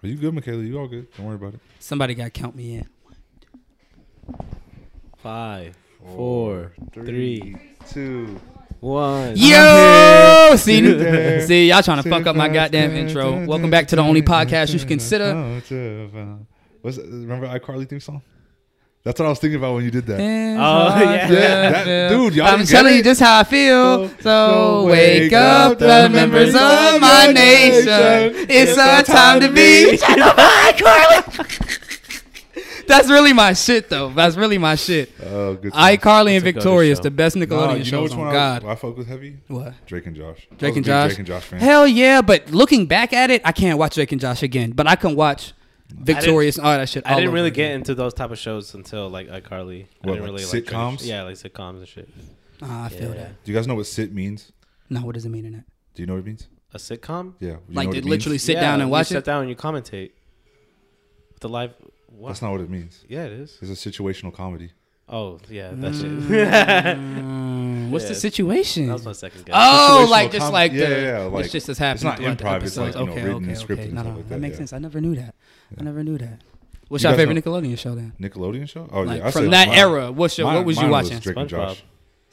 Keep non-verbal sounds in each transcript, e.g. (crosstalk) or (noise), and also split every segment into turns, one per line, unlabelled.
But you good, Michaela? You all good? Don't worry about it.
Somebody got to count me in.
Five, four, three,
two.
one.
Yo, see,
Sit there.
(laughs) see, y'all trying to
Sit
fuck up my
fast,
goddamn
turn,
intro.
turn,
Welcome
turn,
back to the
turn,
only
turn,
podcast you should
turn,
consider.
turn, turn, turn. What's remember iCarly theme song? That's what I was thinking about when you did that.
Eh.
Oh, yeah.
Yeah, that- dude, y'all
I'm
didn't
telling
get
you
it?
just how I feel. So,
So- so
wake
wake
up,
up
the
the members
members of
of
my
your
nation.
nation.
It's our time to be. (laughs) Shut up, iCarly. (laughs) That's really my shit, though. That's really my shit.
Oh, good. times.
iCarly and
That's a good
Victorious,
show.
the best Nickelodeon
Nah, you know
shows
which
on
one
God.
I, I fuck with heavy?
what?
Drake and Josh. I was
Drake
a
and
big
Josh.
Drake and Josh fan.
Hell yeah, but looking back at it, I can't watch Drake and Josh again. But I can watch Victorious and all that shit.
I
all
didn't
over
really
again.
get into those type of shows until like iCarly. I
What,
didn't
like
really
sitcoms?
Like, yeah, like sitcoms and shit.
Ah, I feel
Yeah.
that.
Do you guys know what sit means?
No, what does it mean in it?
Do you know what it means?
A sitcom?
Yeah. You know
Like
what
they
it means?
literally sit
Yeah,
down and
you
watch
Sit
it.
down and you commentate. With the live. What?
That's not what it means.
yeah, it is.
It's a situational comedy.
Oh yeah, that's it.
Mm, what's the
Yeah.
situation?
(laughs) that was my second guess.
Oh,
Situational
like just
com-
like
yeah,
the,
yeah, yeah, like,
it's just as happening.
it's not
throughout the
improv, it's like,
episodes.
you know, written and scripted and
No,
stuff
no,
like
that
that,
makes
yeah.
sense. I never knew that. I never knew that. What's
You
your
guys
favorite Nickelodeon show then?
Nickelodeon show? Oh
Like
yeah. I
from
said
that
mine-
era, what's your,
mine-
what was you
mine
watching?
Drake and
SpongeBob.
Josh.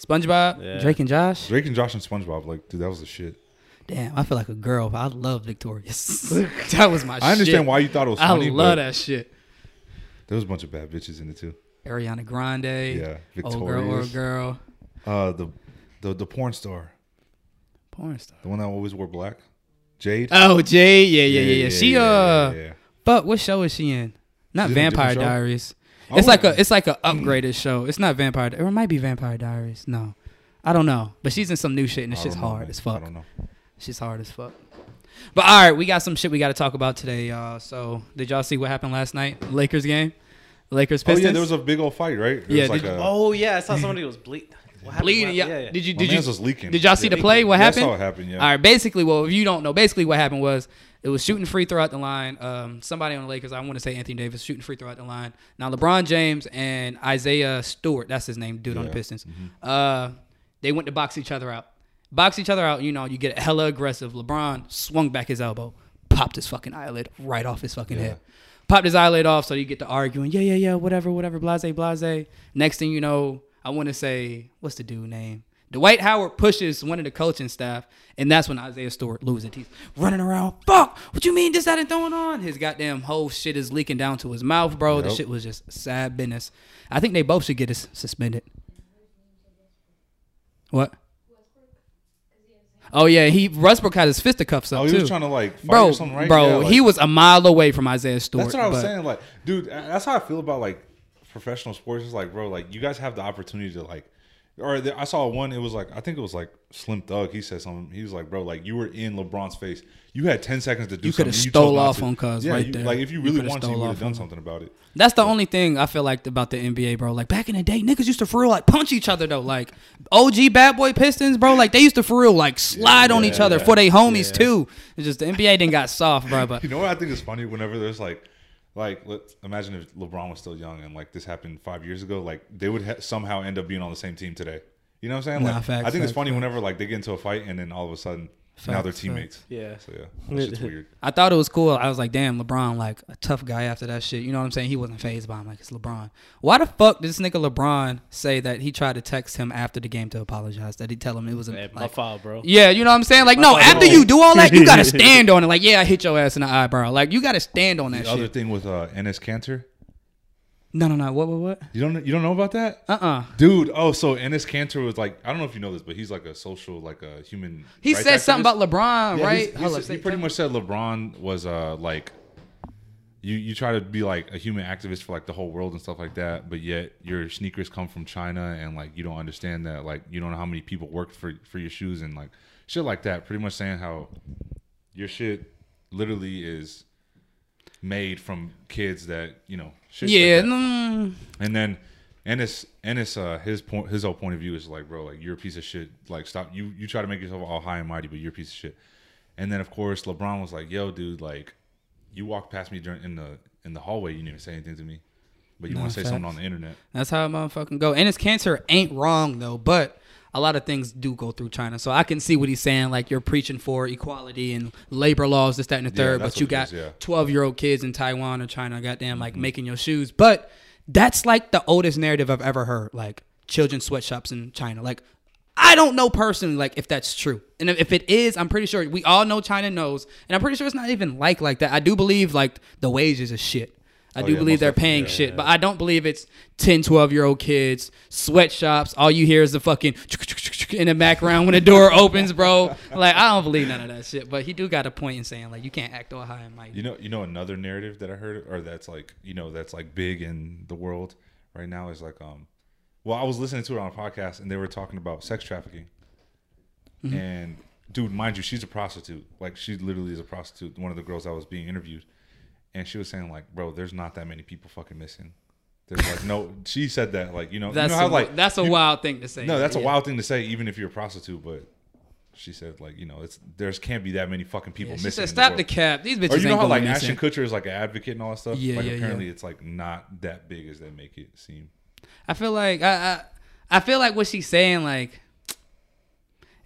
SpongeBob,
Yeah.
Drake and Josh.
Drake and Josh and SpongeBob. Like, dude, that was the shit.
Damn, I feel like a girl. but I love
(laughs)
Victorious. that was my.
I understand
shit.
why you thought it was
I
funny.
love
but
that shit.
There was a bunch of bad bitches in it too.
Ariana Grande.
Yeah,
Old girl,
Victorious.
old girl.
Uh, the, the the porn star,
Porn star.
the one that always wore black, Jade.
Oh, Jade. Yeah, yeah, yeah, yeah. She uh,
yeah.
but what show is she in? Not
She's in a
Vampire
different show? Oh,
Diaries.
I
it's like a
wouldn't-
it's like a upgraded show. It's not Vampire. Di- Or it might be Vampire Diaries. No, I don't know. But she's in some new shit and it's
I
just
don't know,
hard
man.
as
I
fuck.
don't know. Oh,
She's hard as fuck. But all right, we got some shit we got to talk about today, y'all. So did y'all see what happened last night? Lakers game. Lakers
Oh
Pistons.
yeah, there was a big old fight, right? It
Yeah,
was like
did-
a,
Oh yeah, I saw somebody was bleeding. What happened?
bleeding.
What-
Yeah. Did you
my
did you
man's was leaking.
Did y'all see the play? What
Yeah,
happened?
I saw it happen. Yeah.
All right. Basically, well, if you don't know, basically what happened was it was shooting free throw out the line. Um, somebody on the Lakers, I want to say Anthony Davis, shooting free throw out the line. Now LeBron James and Isaiah Stewart, that's his name, dude on the
Yeah. Mm-hmm.
Pistons. Uh, they went to box each other out. Box each other out. You know, you get hella aggressive. LeBron swung back his elbow, popped his fucking eyelid right off his fucking head. Popped his eyelid off, so you get to arguing. Yeah, yeah, yeah, whatever, whatever, blase, blase. Next thing you know, I want to say, what's the dude name? Dwight Howard pushes one of the coaching staff, and that's when Isaiah Stewart loses it. He's running around, fuck, what you mean this, that, and throwing on? His goddamn whole shit is leaking down to his mouth, bro. The
Yep.
shit was just sad business. I think they both should get us suspended. What? Oh yeah, he Westbrook had his fisticuffs up
Oh, he
too.
was trying to like fight
bro,
or something, right?
bro,
Yeah,
he
like-
was a mile away from Isaiah Stewart.
That's what I was
but-
saying. Like, dude, a- that's how I feel about like professional sports. It's like, bro, like you guys have the opportunity to like. Or the, I saw one. It was like I think it was like Slim Thug. He said something. He was like, "Bro, like you were in LeBron's face. You had ten seconds to do
You coulda
something. and You
stole
chose not
off
to."
on Cuz right
you-
there.
Like if you
You
really
coulda
wanted to, you
stole
would
off
have
on
done something about it.
That's the only thing I feel like about the NBA, bro. Like back in the day, niggas used to for real like punch each other though. Like OG Bad Boy Pistons, bro. Like they used to for real like slide on each other for they homies too. It's just the NBA didn't got soft, bro. But
You know what I think is funny? Whenever there's like, like let's imagine if LeBron was still young and like this happened five years ago, like they would ha- somehow end up being on the same team today. You know what I'm saying?
Nah,
Like
facts,
I think
facts,
it's funny whenever like they get into a fight and then all of a sudden now they're
Facts,
teammates.
Yeah.
So yeah, that shit's weird.
I thought it was cool. I was like, damn, LeBron, like a tough guy after that shit. You know what I'm saying? He wasn't phased by him. Like it's LeBron. Why the fuck did this nigga LeBron say that he tried to text him after the game to apologize? That he tell him it was a
Hey, my
like,
foul, bro.
Yeah, you know what I'm saying? Like, no,
thought
after
it
you do all that, you
(laughs)
gotta stand on it. Like, yeah, I hit your ass in the eyebrow. Like, you gotta stand on that
The other
shit.
thing with uh, NS Cantor,
No, no, no. What, what, what?
you don't you don't know about that,
Uh, uh
dude? Oh, so NS Cantor was like I don't know if you know this, but he's like a social like a human.
He
rights
said something
activist.
about LeBron,
Yeah,
right?
he's-
Hold
he's-
up, say-
he pretty much said LeBron was uh like you you try to be like a human activist for like the whole world and stuff like that, but yet your sneakers come from China and like you don't understand that like you don't know how many people worked for for your shoes and like shit like that. Pretty much saying how your shit literally is made from kids that you know shit like
yeah,
that.
mm,
And then Ennis Ennis uh his point his whole point of view is like, bro, like you're a piece of shit. Like stop you you try to make yourself all high and mighty, but you're a piece of shit. And then of course LeBron was like, yo, dude, like you walked past me during in the in the hallway, you didn't even say anything to me. But you
Nah,
want to say something
facts.
on the internet.
that's how a motherfucking go. And his cancer ain't wrong though, but a lot of things do go through China. So I can see what he's saying. Like you're preaching for equality and labor laws, this, that, and the
Yeah,
third.
that's
but you
what it
got
is, yeah. Mm-hmm.
12 year old kids in Taiwan or China, goddamn, like making your shoes. But that's like the oldest narrative I've ever heard. Like children's sweatshops in China. Like I don't know personally, like if that's true, and if- if it is, I'm pretty sure we all know China knows, and I'm pretty sure it's not even like like that. I do believe like the wages is shit. I
Oh,
do
yeah,
believe
most
they're
definitely.
paying
Yeah,
shit, but I don't believe it's 10, 12 year old kids, sweatshops. All you hear is the fucking in the background when
(laughs)
the door opens, bro. Like, I don't believe none of that shit, but he do got a point in saying, like, you can't act all high and mighty.
You know, you know another narrative that I heard, or that's like you know that's like big in the world right now is like um, well I was listening to it on a podcast and they were talking about sex trafficking,
Mm-hmm.
and dude, mind you, she's a prostitute. Like she literally is a prostitute. One of the girls that was being interviewed, and she was saying like, bro, there's not that many people fucking missing. There's like
(laughs)
no. She said that like you know
That's,
you know how
a,
like
that's a
you-
wild thing to say.
no that's a
Yeah.
wild thing to say even if you're a prostitute, but. She said, like, you know, it's there's can't be that many fucking people
Yeah, she
missing.
said,
in
stop
world."
the cap. These bitches
Or you know
ain't
how
going
like
missing.
Ashton Kutcher is like an advocate and all that stuff.
Yeah,
like
yeah,
apparently it's like not that big as they make it seem.
I feel like I, I I feel like what she's saying like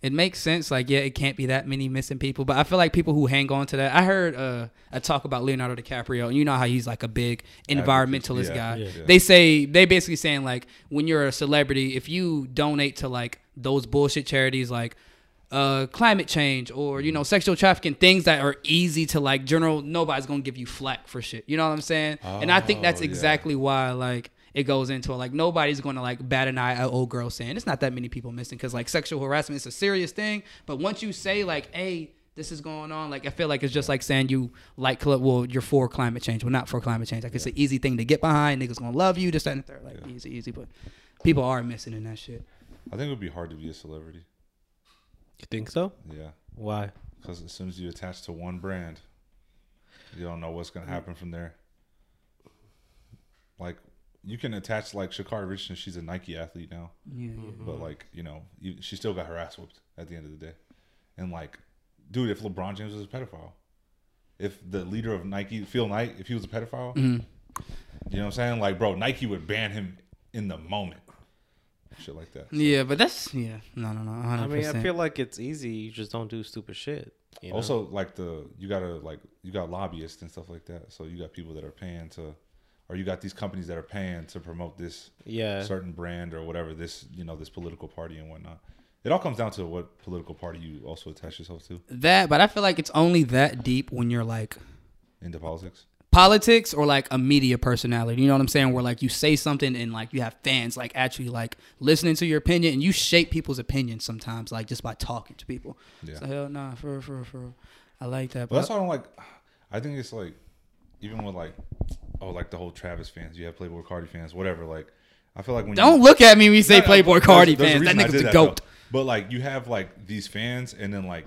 it makes sense like yeah it can't be that many missing people but I feel like people who hang on to that I heard uh, a talk about Leonardo DiCaprio and you know how he's like a big environmentalist
yeah,
guy
yeah.
they say they basically saying like when you're a celebrity if you donate to like those bullshit charities like uh, climate change or you know
Mm-hmm.
sexual trafficking things that are easy to like general nobody's gonna give you flack for shit you know what i'm saying and i think that's
Oh, yeah.
exactly exactly why like it goes into it. Like nobody's gonna like bat an eye at old girl saying it's not that many people missing because like sexual harassment is a serious thing. But once you say like, hey, this is going on, like I feel like it's just like saying you like cl- well, you're for climate change. Well, not for climate change. Like it's an easy thing to get behind. Niggas gonna love you. This that, and the third. Like easy, easy. But people are missing in that shit.
I think it would be hard to be a celebrity.
You think so?
Yeah,
Why?
because as soon as you attach to one brand, you don't know what's
Mm.
gonna happen from there. Like you can attach like Shakari Richardson. She's a Nike athlete now,
Yeah.
but like you know you, she still got her ass whooped at the end of the day. And like, dude, if LeBron James was a pedophile, if the leader of Nike, Phil Knight, if he was a pedophile,
Mm-hmm.
You know what I'm saying? Like, bro, Nike would ban him in the moment. Shit like that.
Yeah, but that's yeah. No, no, no. 100%.
I mean, I feel like it's easy. You just don't do stupid shit. You know?
Also, like the you gotta like you got lobbyists and stuff like that. So you got people that are paying to, or you got these companies that are paying to promote this
yeah.
certain brand or whatever this you know this political party and whatnot. It all comes down to what political party you also attach yourself to
that, but I feel like it's only that deep when you're like
into politics.
politics or like a media personality. You know what I'm saying? Where like you say something and like you have fans like actually like listening to your opinion and you shape people's opinions sometimes like just by talking to people.
Yeah.
So hell nah, for real, for real, for real. I like that.
But that's
but-
why I don't like. (sighs) I think it's like, even with like, oh, like the whole Travis fans, you have Playboy Cardi fans, whatever. Like, I feel like when you,
don't look at me when you say
No, no,
Playboy
there's-
Cardi
there's a
fans. That
reason I
nigga's
did
the
though.
goat.
But like you have like these fans, and then like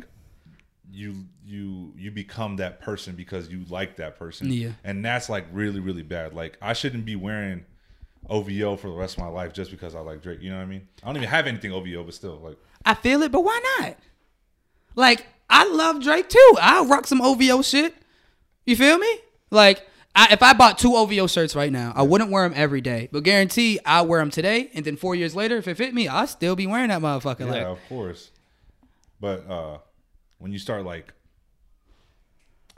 you you you become that person because you like that person.
Yeah.
and that's like really really bad. Like I shouldn't be wearing OVO for the rest of my life just because I like Drake. You know what I mean? I don't even have anything OVO, but still like
I feel it, but why not? Like, I love Drake too. I'll rock some OVO shit. You feel me? Like, I, if I bought two OVO shirts right now, I wouldn't wear them every day, but guarantee I wear them today, and then four years later, if it fit me, I'll still be wearing that motherfucker.
yeah,
like,
of course. But uh when you start like,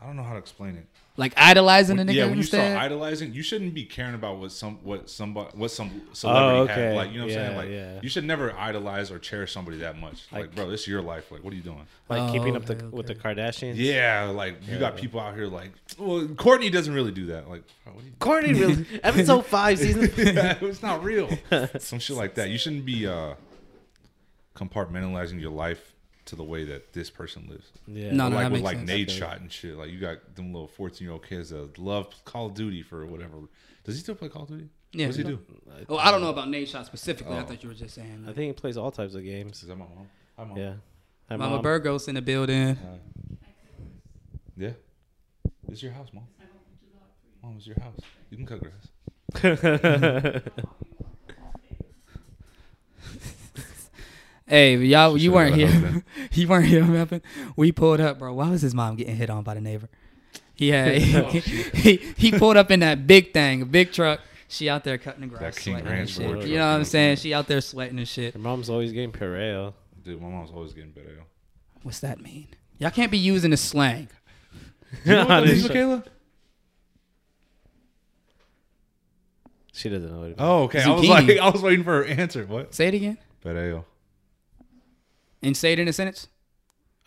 I don't know how to explain it.
like idolizing the nigga
yeah, when you
instead.
start idolizing, you shouldn't be caring about what some what somebody what some celebrity
okay.
had. Like you know what
Yeah,
I'm saying? Like
yeah.
you should never idolize or cherish somebody that much. Like, bro, this is your life. Like, what are you doing?
like
Oh,
keeping up the
okay,
with the Kardashians.
Yeah, like you got people out here like, well, Courtney doesn't really do that. Like, (laughs) bro, what are you
Courtney
(laughs)
really episode five season.
it's not real. Some shit like that. You shouldn't be uh compartmentalizing your life to the way that this person lives.
Yeah.
No, no,
like
that
with
makes
like
sense.
Nade shot and shit. Like you got them little fourteen year old kids that love Call of Duty for whatever. Does he still play Call of Duty?
Yeah.
What does he do?
Oh, I don't know about name shot specifically.
Oh.
I thought you were just saying.
I think he plays all types of games.
Is that my mom? Hi, mom.
Yeah. Hi,
Mama
(laughs) Mom.
Burgos in the building.
Yeah. It's your house, mom. Mom, it's your house. You can cut grass.
Mm-hmm. Hey, but y'all,
She
Oh, you
should've
weren't
got a
here. (laughs)
husband.
you weren't here. what happened? We pulled up, bro. Why was his mom getting
(laughs)
(laughs)
Oh,
hit on by the neighbor? He had he, he pulled up in that big thing, a big truck. She out there cutting the grass,
King
sweating and
Ranch
shit.
wardrobe.
You know what I'm saying? She out there sweating and shit.
Your mom's always getting Purell.
Dude, my mom's always getting better. yo.
(laughs) What's that mean? Y'all can't be using the slang.
You know what that means,
Honestly.
Michaela?
She doesn't know what it means.
Oh, okay. I was
Zucchini.
like, (laughs) I was waiting for her answer. What?
Say it again
Pereo.
and say it in a sentence.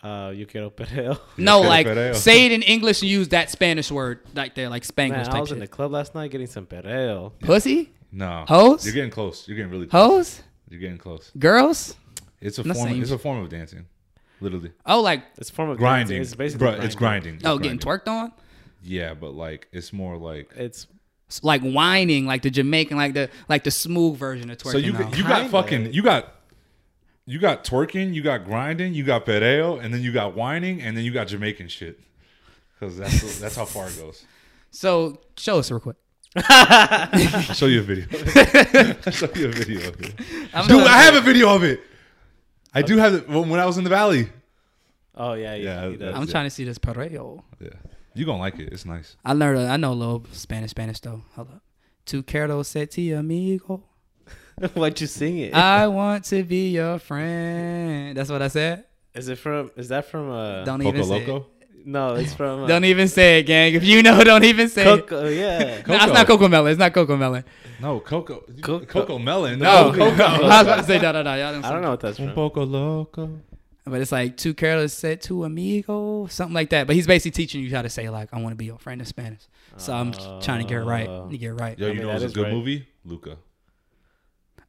Uh, you quiero Purell.
No,
Yeah,
like
perreo.
say it in English and use that Spanish word like there, like Spanglish
Man, I
type
was in the
shit.
club last night getting some Purell.
Pussy,
No.
Hoes?
You're getting close. You're getting really close.
hoes,
You're getting close.
girls.
It's a
Not
form.
same.
It's a form of dancing, literally
Oh, like
It's a form of
grinding.
It's basically
Bruh, It's grinding. It's
oh, getting
grinding.
twerked on,
Yeah, but like it's more like.
It's
S- like whining, like the Jamaican, like the like the smooth version of twerking.
So you
on.
you got
Kinda.
fucking you got. You got twerking, you got grinding, you got pereo, and then you got whining, and then you got Jamaican shit, because that's that's how far it goes.
so show us real quick.
I'll show you a video. (laughs) I'll show you a video of it.
I'm
Dude,
gonna-
I have a video of it. I do have it when when I was in the valley.
oh yeah yeah.
Yeah,
he does.
I'm trying to see this perreo.
Yeah. You gonna like it. It's nice.
I learned. I know a little Spanish, Spanish though. Hold up. Tu quiero ser ti amigo.
(laughs) Why'd you sing it? Is
I want to be your friend. That's what I said.
it from? Is that from? Uh,
Don't even
Poco
say.
Loco.
(laughs)
no, it's from.
It.
Uh,
Don't even say it, gang. If you know, don't even say it. (laughs)
Coco, yeah.
No, it's not cocoa melon. It's not cocoa melon.
No, Coco.
Coco.
Coco, Melon.
No,
No, Coco.
(laughs) I was about to say no, no, no. Y'all
I don't know what that's from.
Poco Loco.
But it's like two careless said two amigo, something like that. But he's basically teaching you how to say like I want to be your friend in Spanish. So I'm trying to get it right.
Oh.
You get it right.
Yo,
I
you
mean,
know it's
that
a
is
good
right.
movie? Luca.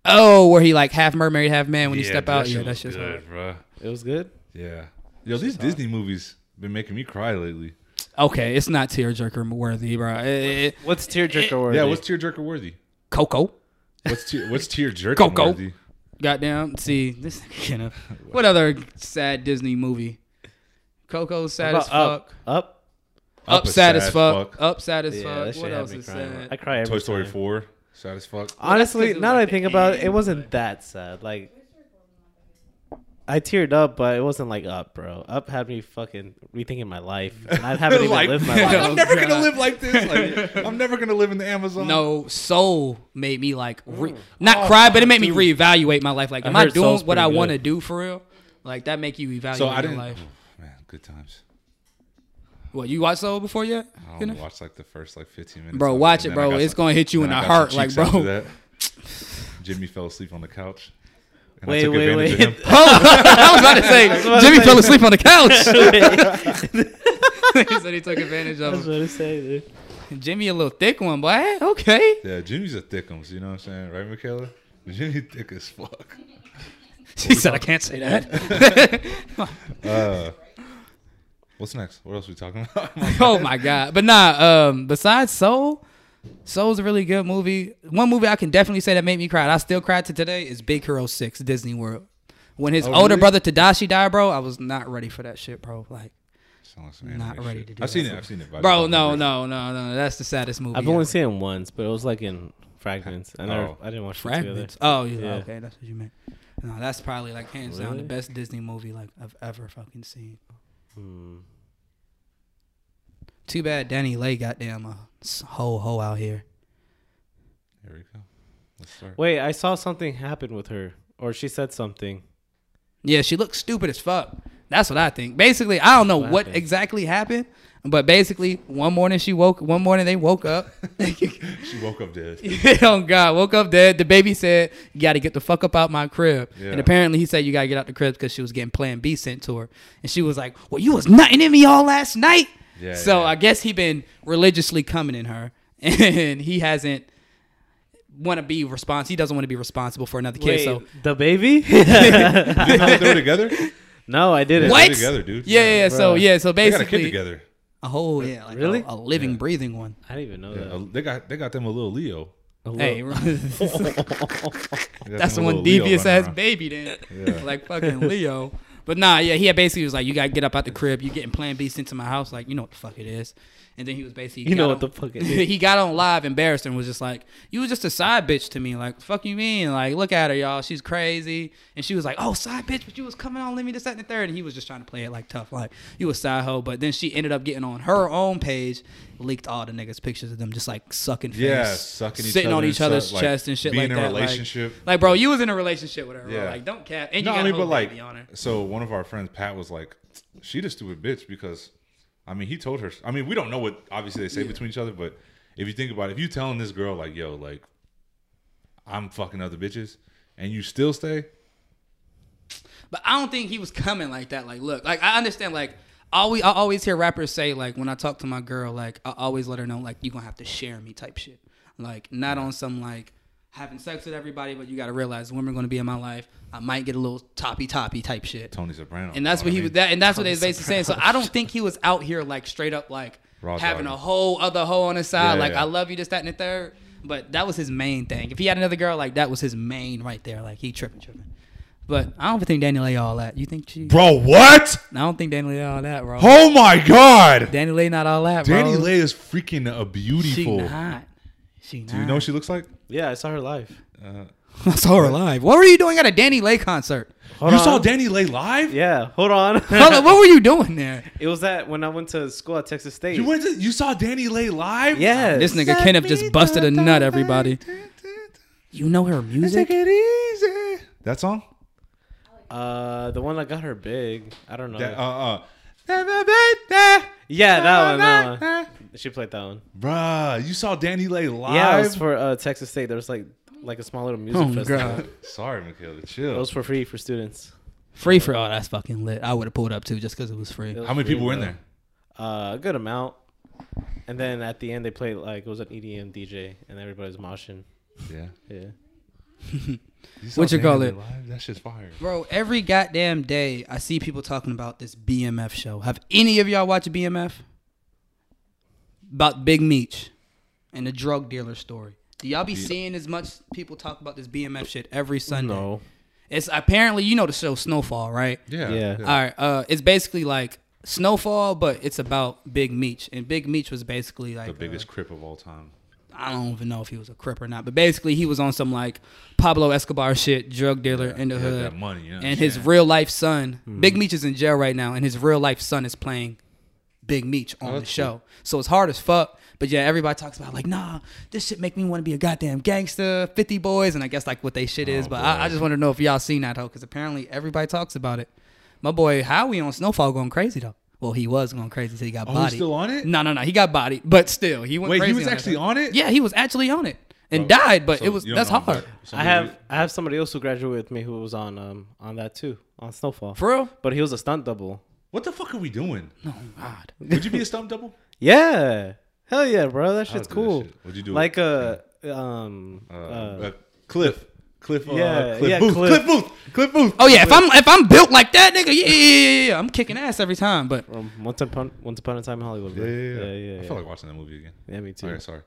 Oh, where he like half mermaid, half man when you
Yeah,
step
that
out.
shit
Yeah, that's
was
just
good, bro.
It was good.
Yeah. Yo, these Disney movies been making me cry lately.
okay. It's not tearjerker worthy, bro. Eh, eh, eh.
What's tearjerker word?
Yeah, what's tearjerker worthy?
Coco,
What's tear (laughs) what's tearjerker
Coco.
worthy?
goddamn. See this. (laughs) You know, what other sad Disney movie? Coco sad as
about
fuck.
up? uh, Up.
Up
Up
is
sad as
sad
fuck.
fuck.
Up sad as
Yeah, that
fuck.
shit
What
had
else
me
is
crying.
sad? (laughs)
I cry every
Toy Story
time.
Four. Sad as fuck.
Well, that's 'cause
Honestly,
it was
now that
like
I
the
think about it, it
end,
wasn't that sad. Like, I teared up, but it wasn't like up, bro. Up had me fucking rethinking my life. And
(laughs)
I haven't even
Like,
lived my
fuck,
life. (laughs)
I'm never
Oh, God.
gonna live like this.
(laughs)
Like, I'm never gonna live in the Amazon.
No, Soul made me like
Oh.
re- not cry, but it made me reevaluate my life. Like, am I
heard Soul's
doing what
pretty
I
good.
want to do for real? Like that make you evaluate
So I
your
didn't. oh,
life.
man, good times.
What you watched Soul before yet?
I
You know?
only watched like the first like 15 minutes.
Bro,
of
watch
and
it,
then I
bro.
got
It's
some-
gonna hit you
then
in
I
the
got some
heart, like,
cheeks after
bro.
that. Jimmy fell asleep on the couch. and I
Wait,
took
wait,
advantage of
wait.
him.
(laughs) (laughs) I was about to
(laughs)
say Jimmy fell asleep on the couch. (laughs) he said he took advantage
I was
of
about to say, dude.
him. Jimmy, a little thick one, boy. Okay, (laughs)
Yeah, Jimmy's a thickums. You know what I'm saying, right, Michaela? Jimmy thick as fuck.
she said I can't
(laughs)
say that.
Uh, what's next? What else we talking about? (laughs)
(laughs) oh my god! But nah. Um, besides Soul, Soul's a really good movie. One movie I can definitely say that made me cry. and I still cry to today is Big Hero Six Disney World. When his
Oh,
older
really?
brother Tadashi died, bro, I was not ready for that shit, bro. Like,
Sound like some anime
Not ready
shit.
to do
I've
that.
seen it. I've seen it. but I
bro,
just don't
no,
remember
no, no, no. That's the saddest movie.
I've only
ever.
seen it once, but it was like in fragments. I never,
Oh.
I didn't watch
fragments.
it together.
Oh, yeah,
Yeah.
okay, that's what you meant. No, that's probably like hands down the
Really?
best Disney movie like I've ever fucking seen.
Hmm.
Too bad Danny Lay goddamn a s- hoe hoe out here.
it. Here we go. Let's start.
Wait, I saw something happen with her, or she said something.
Yeah, she looks stupid as fuck. That's what I think. Basically, I don't know
What
what
happened?
exactly happened, but basically, one morning she woke. One morning they woke
(laughs)
up. (laughs)
She woke up dead.
oh God, woke up dead. The baby said, "You got to get the fuck up out my crib."
Yeah.
And apparently, he said, "You got to get out the crib" because she was getting Plan B sent to her, and she was like, "Well, you was nothing in me all last night."
Yeah,
so
yeah.
I guess he been religiously coming in her, (laughs) and he hasn't want to be response. He doesn't want to be responsible for another kid.
Wait,
so
the
(laughs)
baby? (laughs)
Did you know that they were together?
no, I didn't.
What?
They're together, dude.
yeah, yeah, yeah. So
Bruh.
yeah, so
They got a
basically,
kid together.
A whole yeah, like
Really?
a, a living, breathing one.
I didn't even know
Yeah,
that.
they got they got them a little Leo.
A little-
Hey, (laughs)
(laughs)
They got
that's the
them a
one
little Leo
devious
running
ass
around.
(laughs) baby then,
Yeah.
like fucking Leo. But nah, yeah, he had basically was like, "You gotta get up out the crib. You getting Plan B sent to my house? Like, you know what the fuck it is." And then he was basically,
You know
got
what
on- (laughs)
the fuck it is.
he got on live, embarrassed, and was just like, "You was just a side bitch to me. Like, fuck you mean? Like, look at her, y'all. She's crazy." And she was like, "Oh, side bitch, but you was coming on, let me this, that, and the third. And he was just trying to play it like tough, like you a side hoe. But then she ended up getting on her own page, leaked all the niggas pictures of them just like sucking, face,
Yeah, sucking each
sitting on
other
each
and
other's
suck- like,
chest and shit
being
like
in a
that. like-
relationship.
Like, bro, you was in a relationship with her. Bro.
Yeah.
Like, don't cap. And you
no,
got
I mean,
a
but
whole
like,
baby on her.
so one of our friends, Pat, was like, "She the stupid bitch," because, I mean, he told her. I mean, we don't know what obviously they say between each other, but if you think about it, if you telling this girl like, "Yo, like, I'm fucking other bitches," and you still stay,
But I don't think he was coming like that. Like, look, like I understand. Like, always, I always hear rappers say like, when I talk to my girl, like I always let her know like you gonna have to share me type shit. Like, not on some like having sex with everybody, but you gotta realize women gonna be in my life. I might get a little toppy toppy type shit.
Tony Soprano,
And that's
you
what he
know
was.
I mean?
That and that's what they was basically saying. So I don't think he was out here like straight up like
Raw
having
dogging.
a whole other hoe on his side.
Yeah,
like
yeah.
I love you, this, that, and the third. But that was his main thing. If he had another girl, like that was his main right there. Like he tripping, tripping. But I don't think Daniel A all that. You think she?
Bro, what?
I don't think Daniel A all that, bro.
Oh my god!
Danny Lay not all that, bro.
Danny Lay is freaking a
she
beautiful.
not. She not.
Do you know what
(laughs)
she looks like?
Yeah, I saw her live.
Uh,
I saw her live. What were you doing at a Danny Lay concert?
Hold
you
on.
saw Danny Lay live?
Yeah,
(laughs)
hold on.
Hold on, what were you doing there?
it was that when I went to school at Texas State.
You went to you saw Danny Lay live?
Yeah.
This nigga Kenneth just busted a nut. Everybody, you know her music.
it easy. That song?
Uh, the one that got her big. I don't know.
That, uh, uh.
yeah, that one. That one. She played that one.
Bruh, you saw Danny Lay live?
Yeah, it was for uh, Texas State. There was like like a small little music
Oh,
festival.
God.
Sorry, Michaela,
It
chill.
was for free for students.
Free for all that's fucking lit. I would have pulled up too just because it was free.
How many people were in there?
Uh, a good amount. And then at the end, they played like it was an E EDM DJ, and everybody was moshing.
Yeah.
Yeah.
You saw
What you
Danny
call
Lay
it?
live? That shit's fire.
Bro, every goddamn day I see people talking about this BMF show. Have any of y'all watched BMF? About Big Meech and the drug dealer story. Do y'all be seeing as much people talk about this BMF shit every Sunday?
No.
It's apparently you know the show Snowfall, right?
Yeah.
Yeah.
All right. Uh, it's basically like Snowfall, but it's about Big Meech, and Big Meech was basically like
The
uh,
biggest crip of all time.
I don't even know if he was a crip or not, but basically he was on some like Pablo Escobar shit, drug dealer in the
he had
hood.
that money, you know what I'm
Uh, and his
saying?
real life son,
Hmm.
Big Meech is in jail right now, and his real life son is playing Big Meech on the
Oh, that's
show. So it's hard as fuck. But yeah, everybody talks about like, nah, this shit make me want to be a goddamn gangster, 50 boys, and I guess like what they shit is.
Oh,
But I, I
boy.
just want to know if y'all seen that though, because apparently everybody talks about it. My boy Howie on Snowfall going crazy though. Well, he was going crazy until he got
Oh, he's
bodied.
still on it?
No, no, no. He got bodied, but still, he went
Wait,
crazy.
he was
on that
actually
thing.
on it?
Yeah, he was actually on it and
Bro,
died, but
so
it was
you don't
that's
know, but
hard.
I
somebody-
have I have somebody else who graduated with me who was on um on that too on Snowfall.
For real?
But he was a stunt double.
What the fuck are we doing?
Oh God.
(laughs) Would you be a stump double?
Yeah. Hell yeah, bro. That
I'll
shit's
do that
cool.
shit. What'd you do?
Like a um
Uh,
uh,
uh, Cliff. Cliff. Uh,
Yeah,
Cliff
yeah,
Booth.
Cliff.
Cliff Booth. Cliff Booth.
Oh yeah, if I'm if I'm built like that, nigga, yeah, yeah, yeah, yeah, yeah, I'm kicking ass every time. But
from um, Once Upon Once Upon a Time in Hollywood.
uh, Yeah,
bro.
yeah, yeah.
yeah, yeah,
I
yeah.
feel like watching that movie again.
Yeah, me too.
Okay, sorry.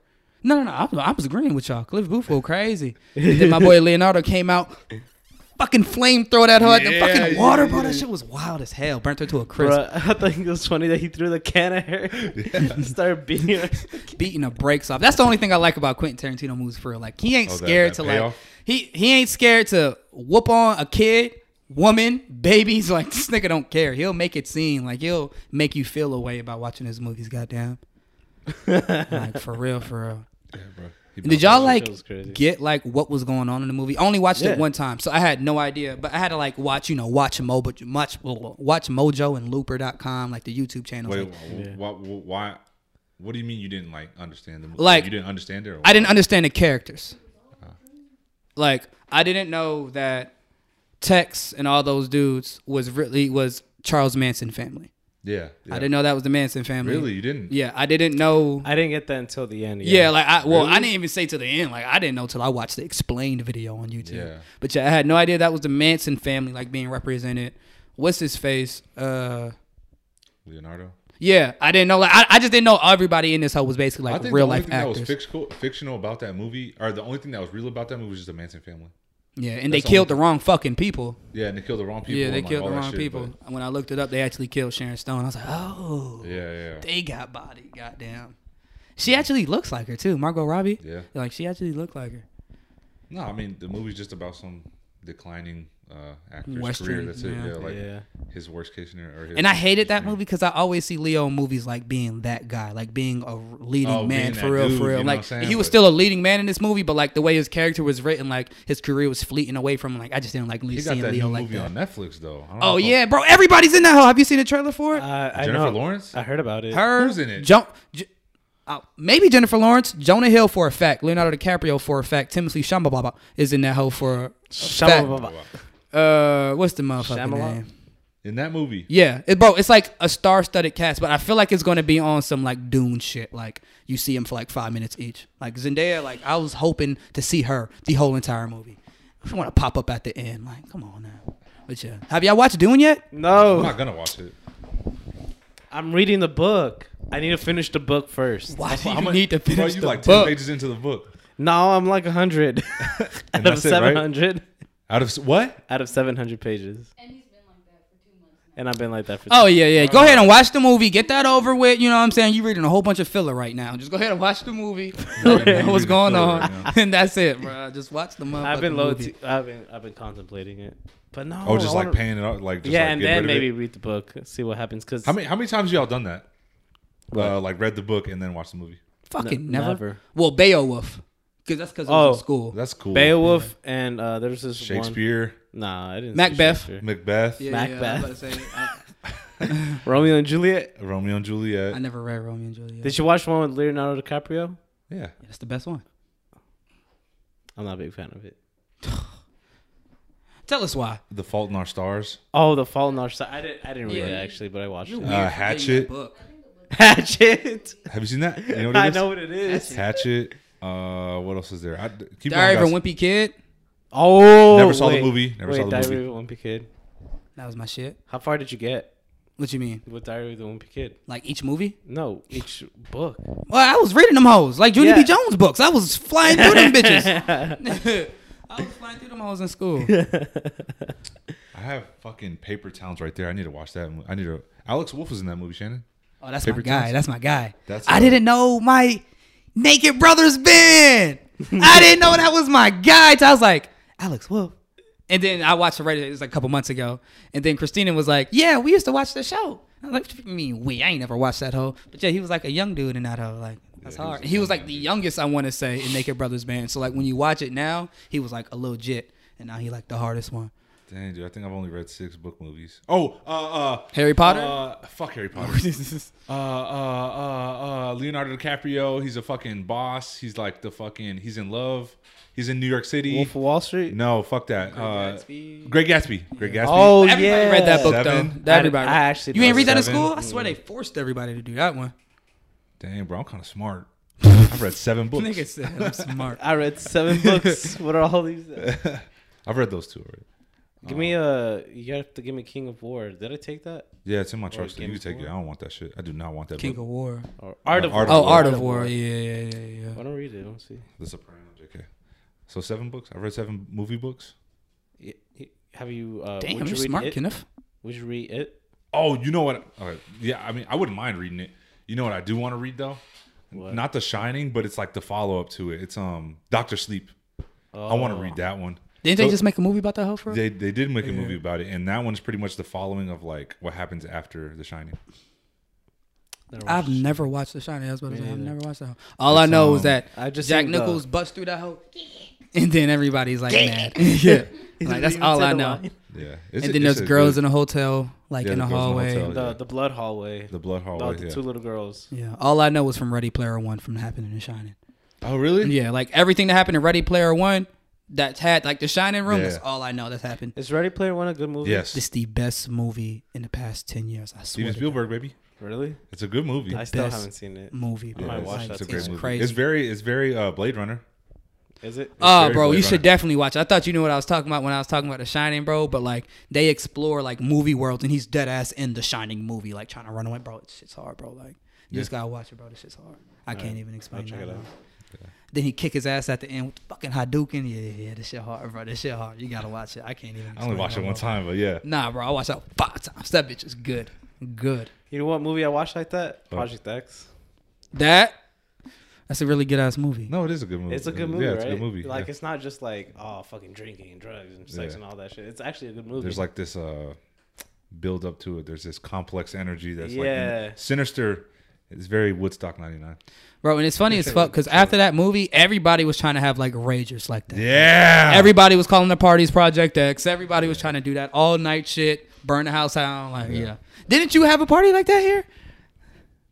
no, no, no, I was, I was agreeing with y'all. Cliff Booth go crazy. And then
(laughs)
my boy Leonardo came out, fucking flamethrower that hard, the
Yeah,
fucking
yeah,
water, bro. That
yeah.
shit was wild as hell. Burnt her to a crisp,
Bro, (laughs) I think it was funny that he threw the can at her, (laughs) and started beating
(laughs)
her.
beating the brakes off. That's the only thing I like about Quentin Tarantino movies. For real. like, he ain't
Oh, that-
scared
that
to like
payoff?
he he ain't scared to whoop on a kid, woman, babies. (laughs) Like this nigga don't care. He'll make it seem like he'll make you feel a way about watching his movies. Goddamn, like for real, for real.
Yeah, bro. He
Did y'all
That shit
like
was crazy.
get like what was going on in the movie? I only watched
Yeah.
it one time, so I had no idea. But I had to like watch, you know, watch Mojo, watch, watch Mojo and Looper.com, like the YouTube channels.
Wait,
Like,
wh- wh- wh- why? What do you mean you didn't like understand the movie?
Like,
you didn't understand it? Or
I didn't understand the characters.
Uh-huh.
Like I didn't know that Tex and all those dudes was really was Charles Manson family.
Yeah, yeah.
I didn't know that was the Manson family.
Really, you didn't.
Yeah, I didn't know.
I didn't get that until the end.
Yeah, like I well, I didn't even say to the end. Like I didn't know till I watched the explained video on YouTube.
Yeah.
But yeah, I had no idea that was the Manson family like being represented. What's his face? Uh
Leonardo.
yeah, I didn't know. Like, I, I just didn't know everybody in this hoe was basically
I
like
think
real
the only
life
thing that was
actors.
fictional, fictional about that movie, or the only thing that was real about that movie was just the Manson family.
Yeah, and they
That's
killed
only-
the wrong fucking people.
Yeah, and they killed the wrong people.
yeah, they
and, like,
killed
all
the
that
wrong
shit,
people. And When I looked it up, they actually killed Sharon Stone. I was like, oh,
but- yeah, yeah.
they got body. Goddamn. She actually looks like her too, Margot Robbie.
Yeah.
Like she actually looked like her.
No, I mean the movie's just about some declining uh, actor's
Western,
career. That's it.
yeah.
Yeah, like
Yeah.
his worst case scenario. Or his,
And I hated that movie because I always see Leo in movies like being that guy, like being a leading
Oh, being
man for
that
real,
dude,
for real.
you know what
Like
I'm saying?
he was
But-
still a leading man in this movie, but like the way his character was written, like his career was fleeting away from. him. Like I just didn't like
he got
seeing
that
Leo
new
like
movie
that.
on Netflix though. I don't know
Oh
if-
yeah, bro! Everybody's in that hell. Have you seen the trailer for it?
Uh, I
Jennifer
know.
Lawrence?
I heard about it.
Her,
who's in it?
Jo- J- uh, maybe Jennifer Lawrence, Jonah Hill for a fact, Leonardo DiCaprio for a fact, Timothy Shambhala is in that hole for
Shyamalan.
Oh, wow.
a uh, what's the motherfucking
Shyamalan?
name?
In that movie,
Yeah, it, bro, it's like a star-studded cast, but I feel like it's gonna be on some like Dune shit. Like you see him for like five minutes each. Like Zendaya, like I was hoping to see her the whole entire movie. If you want to pop up at the end, like come on now. But yeah, have y'all watched Dune yet?
I'm
No,
not gonna watch
(laughs)
it.
I'm reading the book. I need to finish the book first.
Why do
How
you
much-
need to finish
bro, you
the
like
book?
ten pages into the book.
No, I'm
(laughs)
like 100
And
(laughs) out of
that's it, right?
700.
Out of s- what?
Out of 700 pages. And I've been like that for
Oh yeah, yeah. Go
Uh,
ahead and watch the movie. Get that over with. You know what I'm saying? You reading a whole bunch of filler right now. Just go ahead and watch
(laughs)
the movie. (laughs)
Yeah,
What's
you
going
reading
on?
filler right
(laughs) and that's it, bro. Just watch the movie.
I've been low.
movie.
T- I've been I've been contemplating it, but no.
Oh, just
I
like
wanna-
paying it off, like just
yeah,
like,
and
get rid
then
of it?
maybe read the book, see what happens. Because
How many how many times y'all done that? Uh, like read the book and then watch the movie.
Fucking
Ne-
never.
never.
Well, Beowulf. Because that's because I
Oh.
was in school.
That's cool.
Beowulf and uh, there's this
Shakespeare,
One, nah, I didn't. see
Macbeth.
Shakespeare.
Macbeth,
Yeah,
Macbeth.
yeah, I was about to say, I,
Romeo and Juliet.
Romeo and Juliet.
I never read Romeo and Juliet.
Did you watch one with Leonardo DiCaprio?
yeah.
that's the best one.
I'm not a big fan of it.
Tell us why.
The Fault in Our Stars.
Oh, The Fall in Our Side. I didn't. I didn't read
Yeah.
it actually, but I watched
You're
it.
weird
Uh,
for getting
Hatchet.
that book.
Hatchet.
Have you seen that?
(laughs)
You know (laughs) what it is?
I know what it is.
Hatchet. Uh, what else is there? I, keep
Diary of a
going, guys.
Wimpy Kid.
Oh,
Never saw the
wait.
movie. Never
wait,
saw the
Diary
movie.
of a Wimpy Kid.
That was my shit.
How far did you get
What you mean?
with Diary of the Wimpy Kid?
Like each movie?
No, each book.
Well, I was reading them hoes. Like Judy B.
Yeah.
Jones books. I was flying through
(laughs)
them bitches. (laughs) I was flying through them hoes in school.
I have fucking Paper Towns right there. I need to watch that. mo- I need to. Alex Wolf was in that movie, Shannon.
Oh, that's my
Paper
guy.
towels?
That's my guy.
That's
I
a-
didn't know my naked brother's band. I didn't know that was my guy. So I was like, Alex Wolf. And then I watched the radio. It was like a couple months ago. And then Christina was like, Yeah, we used to watch the show. I was like, what you mean we? I ain't never watched that hoe. But yeah, he was like a young dude in that hoe. Like that's
Yeah, he was
hard.
a
He was
young
like the youngest I want to say in Naked Brothers band. So like when you watch it now, he was like a legit, and now he like the hardest one.
Dang, dude. I think I've only read six book movies. Oh, uh, uh,
Harry Potter.
Uh, fuck Harry
(laughs)
Potter. uh, uh, uh, uh, Leonardo DiCaprio. He's a fucking boss. He's like the fucking. He's in love. He's in New York City.
Wolf of Wall Street.
No, fuck that. Great uh,
Gatsby.
Great Gatsby. Great Gatsby.
Oh
(laughs) Everybody
yeah,
read that book
Seven.
though. Everybody.
I actually
you ain't read that in
seven.
school? I swear they forced everybody to do that one. (laughs)
Damn, bro. I'm kind of
(laughs)
smart. I've read seven books.
Nigga said I'm (laughs) smart.
I
(laughs)
read seven books. What are all these?
I've read those two already.
Give me a. You have to give me King of War. Did I take that?
Yeah, it's in my truck. So
Game
you can
of
take it.
War?
I don't want that shit. I do not want that
King
book.
of War.
Or Art
Uh,
of
Art
War.
of
Oh,
War.
Art of War. Yeah, yeah, yeah,
Why
yeah.
don't read it? Let's see.
The Sopranos. Okay. So seven books. I read seven movie books.
Y- y- Have you? Uh,
Damn,
would
you're
you read
smart,
it?
Kenneth.
Would you read it?
Oh, you know what? Okay. Yeah, I mean, I wouldn't mind reading it. You know what I do want to read though?
What?
Not The Shining, but it's like the follow up to it. It's um Doctor Sleep. I want to
Oh.
read that one.
Didn't
So-
they just make a movie about that hoe for? real?
They they did make a movie about it, and that one's pretty much the following of like what happens after The Shining.
Never watched
I've
it.
never watched The Shining. I was about to
Me
say, I've
neither.
never watched that. hoe. All I know is
um,
that
I just
Jack
seen the-
Nichols busts through that hoe, (laughs) and then everybody's like mad. (laughs) yeah,
(laughs) He
like
didn't
that's
even
all
say
I
the
know.
line.
Yeah, it's
and then there's girls in a hotel, like
Yeah,
in
the
a
girls in the
hallway.
hotel.
The
Yeah.
the blood hallway.
the blood hallway.
Oh, the
yeah.
two little girls.
Yeah, all I know was from Ready Player One from happening in Shining.
Oh, really?
Yeah, like everything that happened in Ready Player One, that's had like the Shining room. That's
Yeah.
all I know that's happened.
Is Ready Player One a good movie?
Yes.
It's the best movie in the past ten years. I swear.
Steven
to God.
Spielberg, baby.
Really?
It's a good movie.
I still
best
haven't seen it.
Movie.
Yeah,
bro.
might
it's,
watch
Like,
that
it's a
too.
great
it's
movie.
Crazy.
It's very, it's very uh, Blade Runner.
Is it?
Oh,
very
bro,
Blade
you should
Runner.
definitely watch. it. I thought you knew what I was talking about when I was talking about The Shining, bro. But like, they explore like movie worlds, and he's dead ass in The Shining movie, like trying to run away, bro. It's shit's hard, bro. Like, you just gotta watch it, bro. This shit's hard. I can't even explain
check
that.
it
bro.
out.
Then he kick his ass at the end with the fucking Hadouken. Yeah, yeah, yeah. This shit hard, bro. This shit hard. You gotta watch it. I can't even.
I only
explain
watched
how
it one
long.
time, but yeah.
Nah, bro. I watched that five times. That bitch is good. Good.
You know what movie I watched like that?
Oh.
Project X.
That. That's a really good ass movie.
No, it is a good movie.
It's a good movie,
Oh, Yeah, it's
right?
a good movie.
Like
yeah.
it's not just like oh fucking drinking and drugs and sex
Yeah.
and all that shit. It's actually a good movie.
there's like this uh build up to it. There's this complex energy that's like
Yeah.
in- sinister. It's very Woodstock 99.
Bro, and it's funny as fuck because after that movie, everybody was trying to have like ragers like that.
Yeah.
Everybody was calling the parties Project X. Everybody was trying to do that all night shit, burn the house down. Like, yeah. Didn't you have a party like that here?